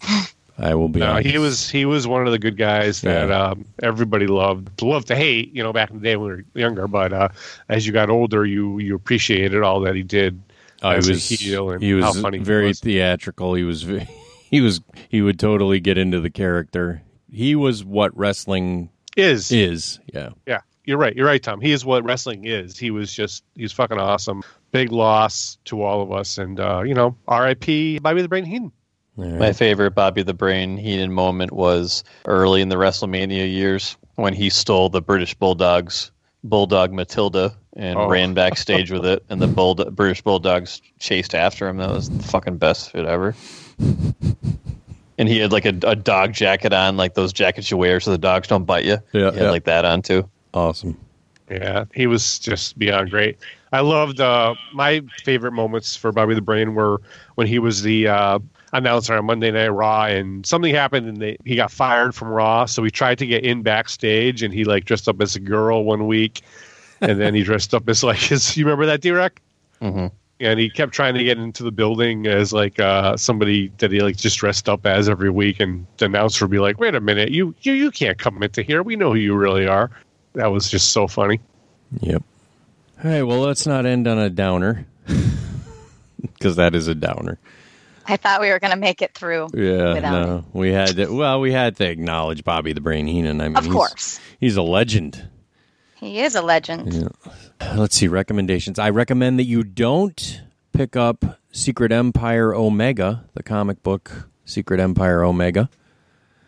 S1: I will be.
S4: No,
S1: honest.
S4: he was he was one of the good guys that um, everybody loved, loved to hate. You know, back in the day when we were younger, but uh, as you got older, you you appreciated all that he did
S1: Oh,
S4: as
S1: he
S4: a
S1: was.
S4: heel and
S1: he was
S4: how funny.
S1: very theatrical. He was. ve- He was. He would totally get into the character. He was what wrestling
S4: is.
S1: Is yeah.
S4: Yeah, you're right. You're right, Tom. He is what wrestling is. He was just he's fucking awesome. Big loss to all of us, and uh, you know, R.I.P. Bobby the Brain Heenan.
S16: My favorite Bobby the Brain Heenan moment was early in the WrestleMania years when he stole the British Bulldogs Bulldog Matilda and
S4: Oh.
S16: ran backstage with it, and the Bulldog, British Bulldogs chased after him. That was the fucking best fit ever. And he had like a, a dog jacket on, like those jackets you wear so the dogs don't bite you.
S1: Yeah,
S16: he had like that on too.
S1: Awesome.
S4: Yeah, he was just beyond great. I loved uh, my favorite moments for Bobby the Brain were when he was the uh, announcer on Monday Night Raw, and something happened, and they, he got fired from Raw. So he tried to get in backstage, and he like dressed up as a girl one week, and then he dressed up as like his. You remember that, Derek?
S16: Mm-hmm.
S4: And he kept trying to get into the building as like uh, somebody that he like just dressed up as every week, and the announcer would be like, "Wait a minute, you you you can't come into here. We know who you really are." That was just so funny.
S1: Yep. All right, well, let's not end on a downer because that is a downer.
S3: I thought we were going to make it through.
S1: Yeah,
S3: without
S1: no, we had to, well, we had to acknowledge Bobby the Brain Heenan. I mean,
S3: Of
S1: he's-
S3: course.
S1: he's, a legend.
S3: He is a legend.
S1: Yeah. Let's see recommendations. I recommend that you don't pick up Secret Empire Omega, the comic book Secret Empire Omega.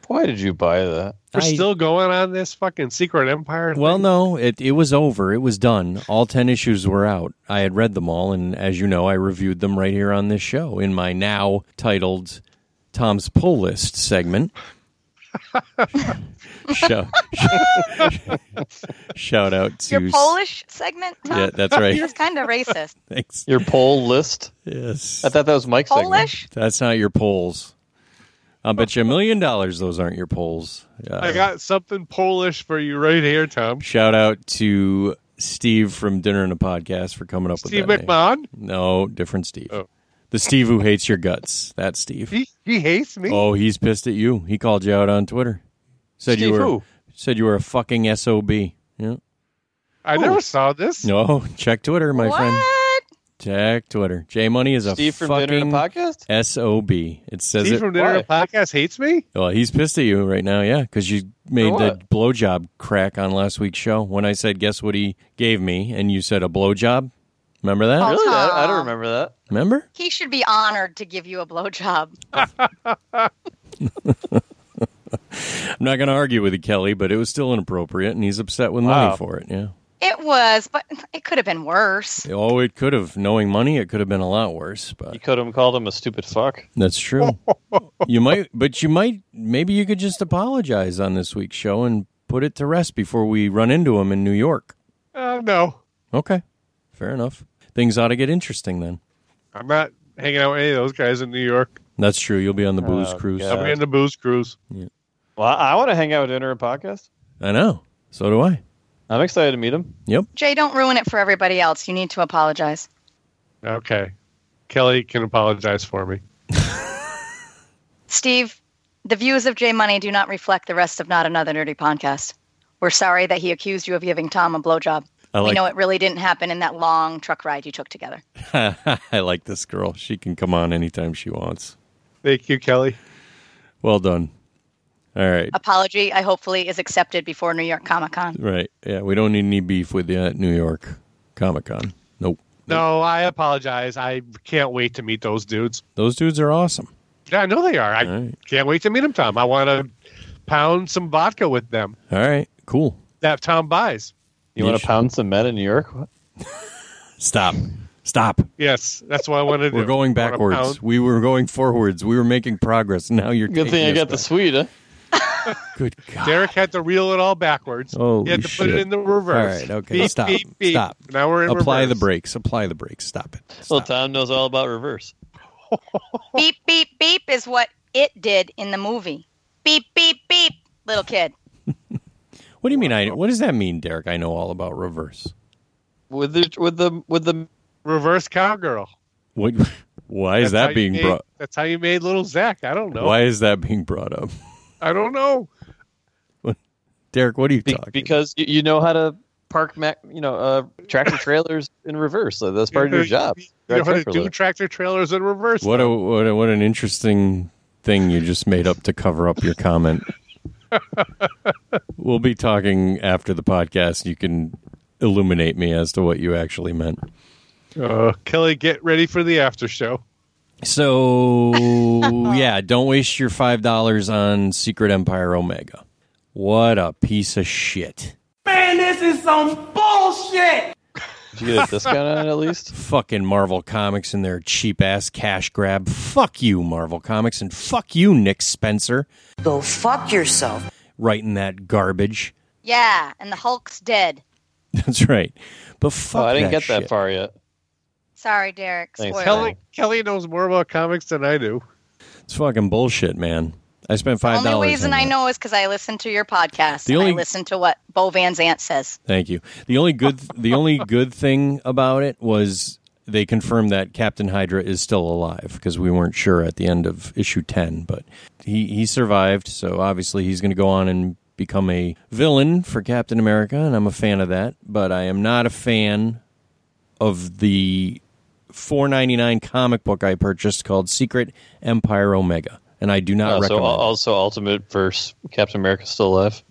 S16: Why did you buy that?
S4: We're
S1: I-
S4: still going on this fucking Secret Empire.
S1: Well, no, it it was over. It was done. All ten issues were out. I had read them all, and as you know, I reviewed them right here on this show in my now titled "Tom's Pull List" segment. shout, shout out to
S3: Your Polish segment? Tom?
S1: Yeah, that's right.
S3: That's kind of racist.
S1: Thanks.
S16: Your poll list?
S1: Yes.
S16: I thought that was Mike's segment.
S3: Polish?
S1: That's not your polls. I'll bet you a million dollars those aren't your polls. Yeah.
S4: I got something Polish for you right here, Tom.
S1: Shout out to Steve from Dinner and a Podcast for coming up
S4: Steve
S1: with that name.
S4: McMahon?
S1: No, different Steve.
S16: Oh.
S1: The Steve who hates your guts. That Steve.
S4: He he hates me.
S1: Oh, he's pissed at you. He called you out on Twitter. Said you
S4: Steve
S1: were
S4: who?
S1: said you were a fucking sob. Yeah.
S4: I never saw this.
S1: No, check Twitter, my friend. Check Twitter. J Money is a
S16: Steve from
S1: fucking
S16: Dinner and a Podcast?
S1: sob. It says
S4: Steve
S1: it
S4: from Dinner and Podcast hates me.
S1: well, he's pissed at you right now, yeah, because you made the
S4: what?
S1: blowjob crack on last week's show when I said, "Guess what he gave me?" and you said a blowjob. Remember that?
S3: Oh, Really? I- Tom. I don't
S1: remember that. Remember?
S3: He should be honored to give you a blowjob.
S1: I'm not going to argue with you, Kelly, but it was still inappropriate, and he's upset with money
S16: Wow.
S1: for it. Yeah.
S3: It was, but it could have been worse.
S1: Oh, it could have. Knowing money, it could have been a lot worse. But
S16: You could have called him a stupid fuck.
S1: That's true. you might, but you might, maybe you could just apologize on this week's show and put it to rest before we run into him in New York.
S4: Uh, no,
S1: Okay, fair enough. Things ought to get interesting then.
S4: I'm not hanging out with any of those guys in New York.
S1: That's true. You'll be on the booze
S16: Oh,
S1: cruise.
S16: God.
S4: I'm in the booze cruise.
S16: Well, I want to hang out with Dinner and Podcast.
S1: I know. So do I.
S16: I'm excited to meet him.
S1: Yep.
S3: Jay, don't ruin it for everybody else. You need to apologize.
S4: Okay, Kelly can apologize for me.
S3: Steve, the views of Jay Money do not reflect the rest of Not Another Nerdy Podcast. We're sorry that he accused you of giving Tom a blowjob.
S1: I
S3: we
S1: like-
S3: know it really didn't happen in that long truck ride you took together.
S1: I like this girl. She can come on anytime she wants.
S4: Thank you, Kelly.
S1: Well done. All right.
S3: Apology, I hopefully, is accepted before New York Comic Con.
S1: Right. Yeah. We don't need any beef with you at New York Comic Con. Nope.
S4: No, I apologize. I can't wait to meet those dudes.
S1: Those dudes are awesome.
S4: Yeah, I know they are. I can't wait to meet them, Tom. I want to pound some vodka with them
S1: All right. Cool.
S4: that Tom buys.
S16: You want to pound some men in New York? What?
S1: Stop. Stop.
S4: Yes, that's what I want to do.
S1: We're going
S4: I wanna
S1: backwards.
S4: pound-
S1: We were going forwards. We were making progress. Now you're
S16: Good thing I got the sweet, huh?
S1: Good God.
S4: Derek had to reel it all backwards.
S1: Holy
S4: he had to put
S1: shit.
S4: it in the reverse.
S1: All right. Okay.
S4: Beep,
S1: stop.
S4: beep, beep.
S1: Stop.
S4: Now we're in
S1: Apply
S4: reverse.
S1: the brakes. Apply the brakes. Stop it.
S16: Well, Tom knows all about reverse.
S3: beep, beep, beep is what it did in the movie. Beep, beep, beep, little kid.
S1: What do you mean? I. What does that mean, Derek? I know all about reverse.
S16: With the with the with the
S4: reverse cowgirl.
S1: What? Why is
S4: That's how
S1: that
S4: you
S1: being
S4: made-
S1: brought?
S4: That's how you made little Zach. I don't know.
S1: Why is that being brought up,
S4: I don't know.
S1: Derek? What are you
S16: Be-
S1: talking?
S16: because you, you know how to park mac, you know uh, tractor trailers in reverse. So that's part of your job.
S4: You know how to
S16: Tractor
S4: do
S16: load.
S4: tractor trailers in reverse.
S1: What a what a, what an interesting thing you just made up to cover up your comment. we'll be talking after the podcast. You can illuminate me as to what you actually meant.
S4: Uh, Kelly, get ready for the after show.
S1: So yeah, don't waste your five dollars on Secret Empire Omega. What a piece of shit.
S7: Man, this is some bullshit.
S1: Did you get a discount on it at least? Fucking Marvel Comics and their cheap ass cash grab. Fuck you, Marvel Comics, and fuck you, Nick Spencer. Go fuck yourself. Writing that garbage.
S3: Yeah, and the Hulk's dead.
S1: That's right. But fuck
S16: Oh, I didn't
S1: that
S16: get that
S1: shit.
S16: far yet.
S3: Sorry, Derek. Spoiler.
S4: Kelly, Kelly knows more about comics than I do.
S1: It's fucking bullshit, man. I spent five
S3: The
S1: dollars.
S3: only reason
S1: on
S3: I
S1: that.
S3: know is because I listen to your podcast.
S1: The
S3: and
S1: only-
S3: I listen to what Bo Van Zant says.
S1: Thank you. The only good the only good thing about it was they confirmed that Captain Hydra is still alive because we weren't sure at the end of issue 10, but he he survived, so obviously he's going to go on and become a villain for Captain America and I'm a fan of that, but I am not a fan of the 4.99 comic book I purchased called Secret Empire Omega, and I do
S2: Oh,
S1: not
S16: Also,
S1: recommend. it.
S16: Uh, also Ultimate verse Captain America still alive.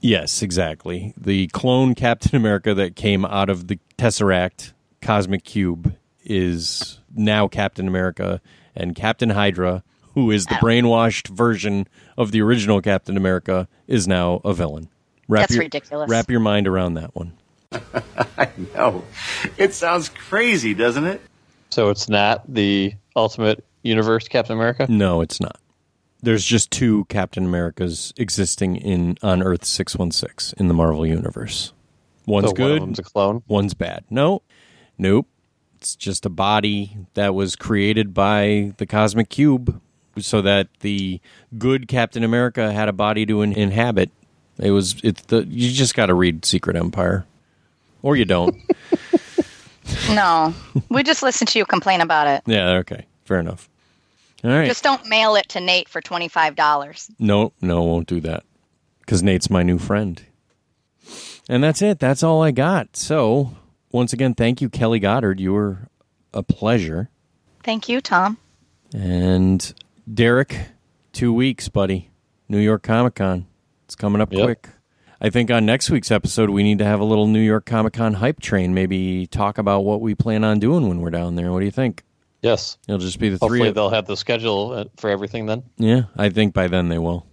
S1: Yes, exactly. The clone Captain America that came out of the Tesseract Cosmic Cube is now Captain America, and Captain Hydra, who is the brainwashed version of the original Captain America, is now a villain.
S20: That's
S1: your,
S20: ridiculous.
S1: Wrap your mind around that one.
S20: I know. Oh, It sounds crazy, doesn't it?
S16: So it's not the Ultimate Universe Captain America.
S1: No, it's not. There's just two Captain Americas existing in on Earth 616 in the Marvel universe. One's
S16: So one of
S1: good,
S16: them's a clone.
S1: One's bad. No. Nope. It's just a body that was created by the Cosmic Cube so that the good Captain America had a body to in- inhabit. It was it's the you just got to read Secret Empire or you don't.
S3: No, we just listen to you complain about it.
S1: yeah, okay. Fair enough. All right.
S3: Just don't mail it to Nate for twenty five dollars.
S1: No, no, won't do that. Because Nate's my new friend. And that's it. That's all I got. So, once again, thank you, Kelly Goddard. You were a pleasure.
S3: Thank you, Tom.
S1: And Derek, two weeks, buddy. New York Comic Con. It's coming up quick. I think on next week's episode, we need to have a little New York Comic Con hype train. Maybe talk about what we plan on doing when we're down there. What do you think?
S16: Yes.
S1: It'll just be the
S16: Hopefully
S1: three. of-
S16: they'll have the schedule uh, for everything then.
S1: yeah, I think by then they will.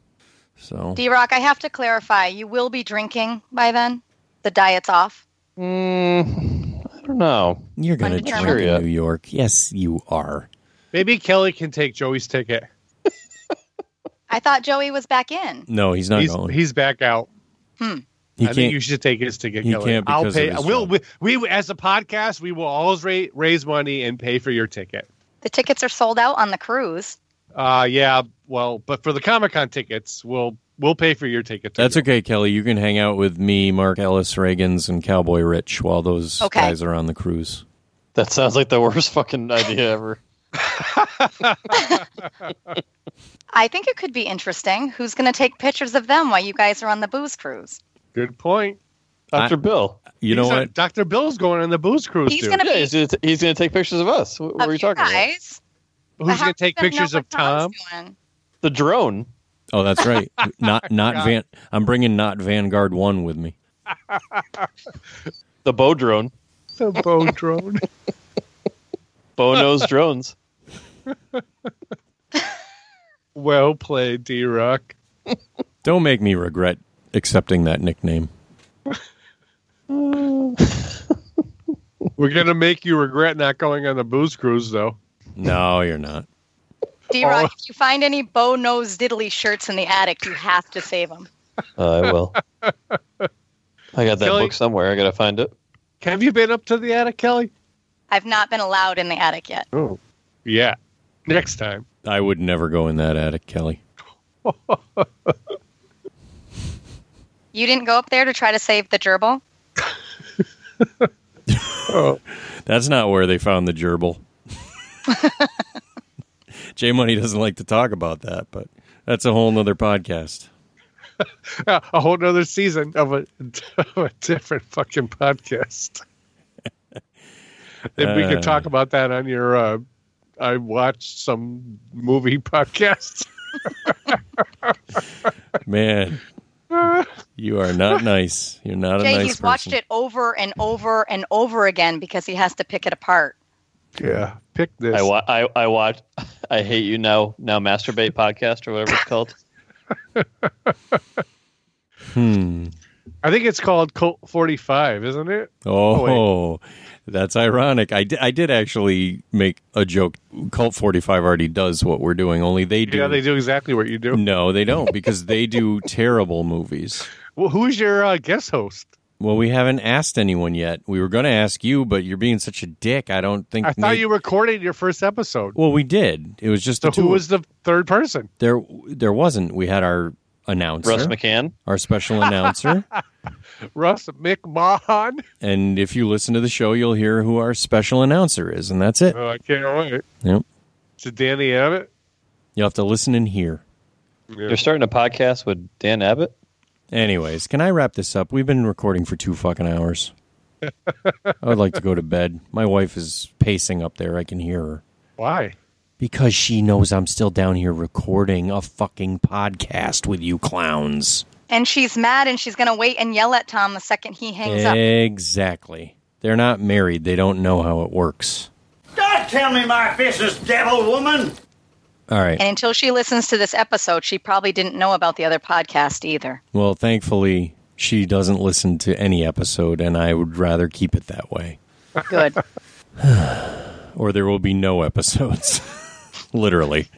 S1: So
S3: D Rock, I have to clarify. You will be drinking by then. The diet's off.
S16: I don't know.
S1: You're
S3: gonna
S1: drink in New York. Yes, you are.
S4: Maybe Kelly can take Joey's ticket.
S3: I thought Joey was back in.
S1: No, he's not
S4: he's,
S1: going.
S4: He's back out.
S3: Hmm.
S1: He
S4: I
S1: can't-
S4: think you should take his ticket.
S1: he
S4: Kelly.
S1: can't
S4: I'll
S1: because of
S4: pay.
S1: his
S4: we'll, we, we as a podcast, we will always ra- raise money and pay for your ticket.
S3: The tickets are sold out on the cruise.
S4: Uh yeah. Well, but for the Comic Con tickets, we'll we'll pay for your ticket. too.
S1: That's okay, Kelly. You can hang out with me, Mark Ellis, Reagans, and Cowboy Rich while those
S4: Okay.
S1: guys are on the cruise.
S16: That sounds like the worst fucking idea ever.
S3: I think it could be interesting. Who's going to take pictures of them while you guys are on the booze cruise?
S4: Good point.
S16: Dr.
S1: I-
S16: Bill.
S1: You know what?
S4: Dr. Bill's going on the booze cruise.
S3: He's dude. gonna
S16: Yeah,
S3: be-
S16: he's gonna t- he's going to take pictures of us. What, what
S3: Of
S16: are you talking about?
S3: guys.
S4: Who's
S3: But how
S4: gonna take
S3: does that know
S4: pictures
S3: what
S4: of Tom?
S3: Tom's doing?
S16: The drone.
S1: Oh, that's right. not not
S3: God.
S1: Van. I'm bringing not Vanguard One with me.
S16: The bow drone.
S4: The bow drone.
S16: Bow nose drones.
S4: Well played, D Rock.
S1: Don't make me regret accepting that nickname.
S4: We're gonna make you regret not going on the booze cruise, though.
S1: No, you're not.
S3: D Rock, if you find any bow nose diddly shirts in the attic, you have to save them.
S16: Uh, I will. I got that
S4: Kelly-
S16: book somewhere. I got to find it.
S4: Have you been up to the attic, Kelly?
S3: I've not been allowed in the attic yet.
S4: Oh, yeah. Next time.
S1: I would never go in that attic, Kelly.
S3: You didn't go up there to try to save the gerbil?
S1: That's not where they found the gerbil. J Money doesn't like to talk about that, but that's a whole nother podcast.
S4: a whole nother season of a, of a different fucking podcast. If we
S1: Uh.
S4: could talk about that on your, uh, I watched some movie podcast.
S1: Man, you are not nice. You're not
S3: Jay,
S1: a nice
S3: he's
S1: person.
S3: watched it over and over and over again because he has to pick it apart.
S4: Yeah, pick this.
S16: I wa- I I watch. I hate you now. Now masturbate podcast or whatever it's called.
S1: Hmm.
S4: I think it's called Colt 45, isn't it?
S1: Oh, that's ironic. I di- I did actually make a joke. Cult 45 already does what we're doing, only they do.
S4: Yeah, they do exactly what
S1: Mm.
S4: you do.
S1: No, they don't because they do terrible movies.
S4: Well, who's your uh, guest host?
S1: Well, we haven't asked anyone yet. We were going to ask you, but you're being such a dick. I don't think.
S4: I thought
S1: Nate-
S4: you recorded your first episode.
S1: Well, we did. It was just
S4: So
S1: the two.
S4: who was the third person?
S1: there? There wasn't. We had our announcer,
S4: Russ
S2: McCann,
S1: our special announcer.
S4: Russ McMahon.
S1: and if you listen to the show, you'll hear who our special announcer is, and that's it.
S4: Oh, I can't wait.
S1: Yep.
S4: Is it Danny Abbott?
S1: You'll have to listen and hear.
S2: You're starting a podcast with Dan Abbott.
S1: Anyways, can I wrap this up? We've been recording for two fucking hours. I would like to go to bed. My wife is pacing up there. I can hear her.
S4: Why?
S1: Because she knows I'm still down here recording a fucking podcast with you clowns.
S3: And she's mad and she's going to wait and yell at Tom the second he hangs up.
S1: Exactly. They're not married. They don't know how it works.
S21: Don't tell me my business, devil woman.
S1: All right.
S3: And until she listens to this episode, she probably didn't know about the other podcast either.
S1: Well, thankfully, she doesn't listen to any episode, and I would rather keep it that way.
S3: Good.
S1: Or there will be no episodes. Literally.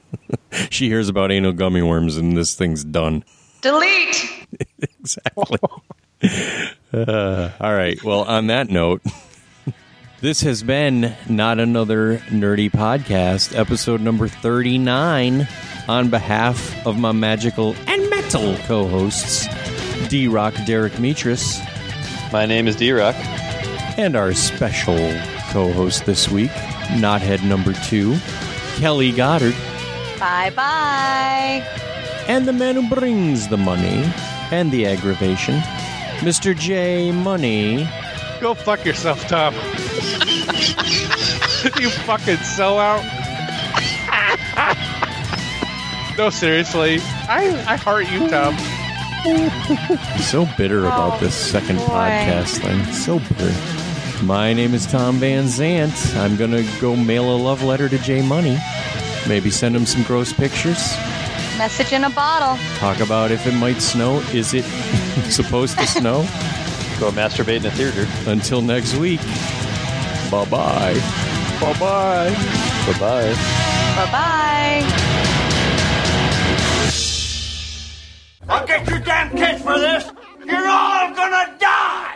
S1: she hears about anal gummy worms, and this thing's done.
S3: Delete.
S1: exactly. Uh, all right. Well, on that note, this has been Not Another Nerdy Podcast, episode number 39. On behalf of my magical and metal co hosts, D Rock Derek Metris.
S2: My name is D Rock.
S1: And our special co host this week, Knothead number two, Kelly Goddard
S3: Bye bye.
S1: and the man who brings the money and the aggravation, Mr. J Money.
S4: Go fuck yourself, Tom. you fucking sellout. no, seriously. I, I heart you, Tom.
S1: I'm so bitter about this second podcast thing. So bitter. My name is Tom Van Zant. I'm gonna go mail a love letter to J Money. Maybe send him some gross pictures.
S3: Message in a bottle.
S1: Talk about if it might snow. Is it supposed to snow?
S2: Go masturbate in a theater.
S1: Until next week. Bye bye. Bye bye.
S2: Bye bye.
S3: Bye bye.
S21: I'll get you damn kids for this. You're all gonna die.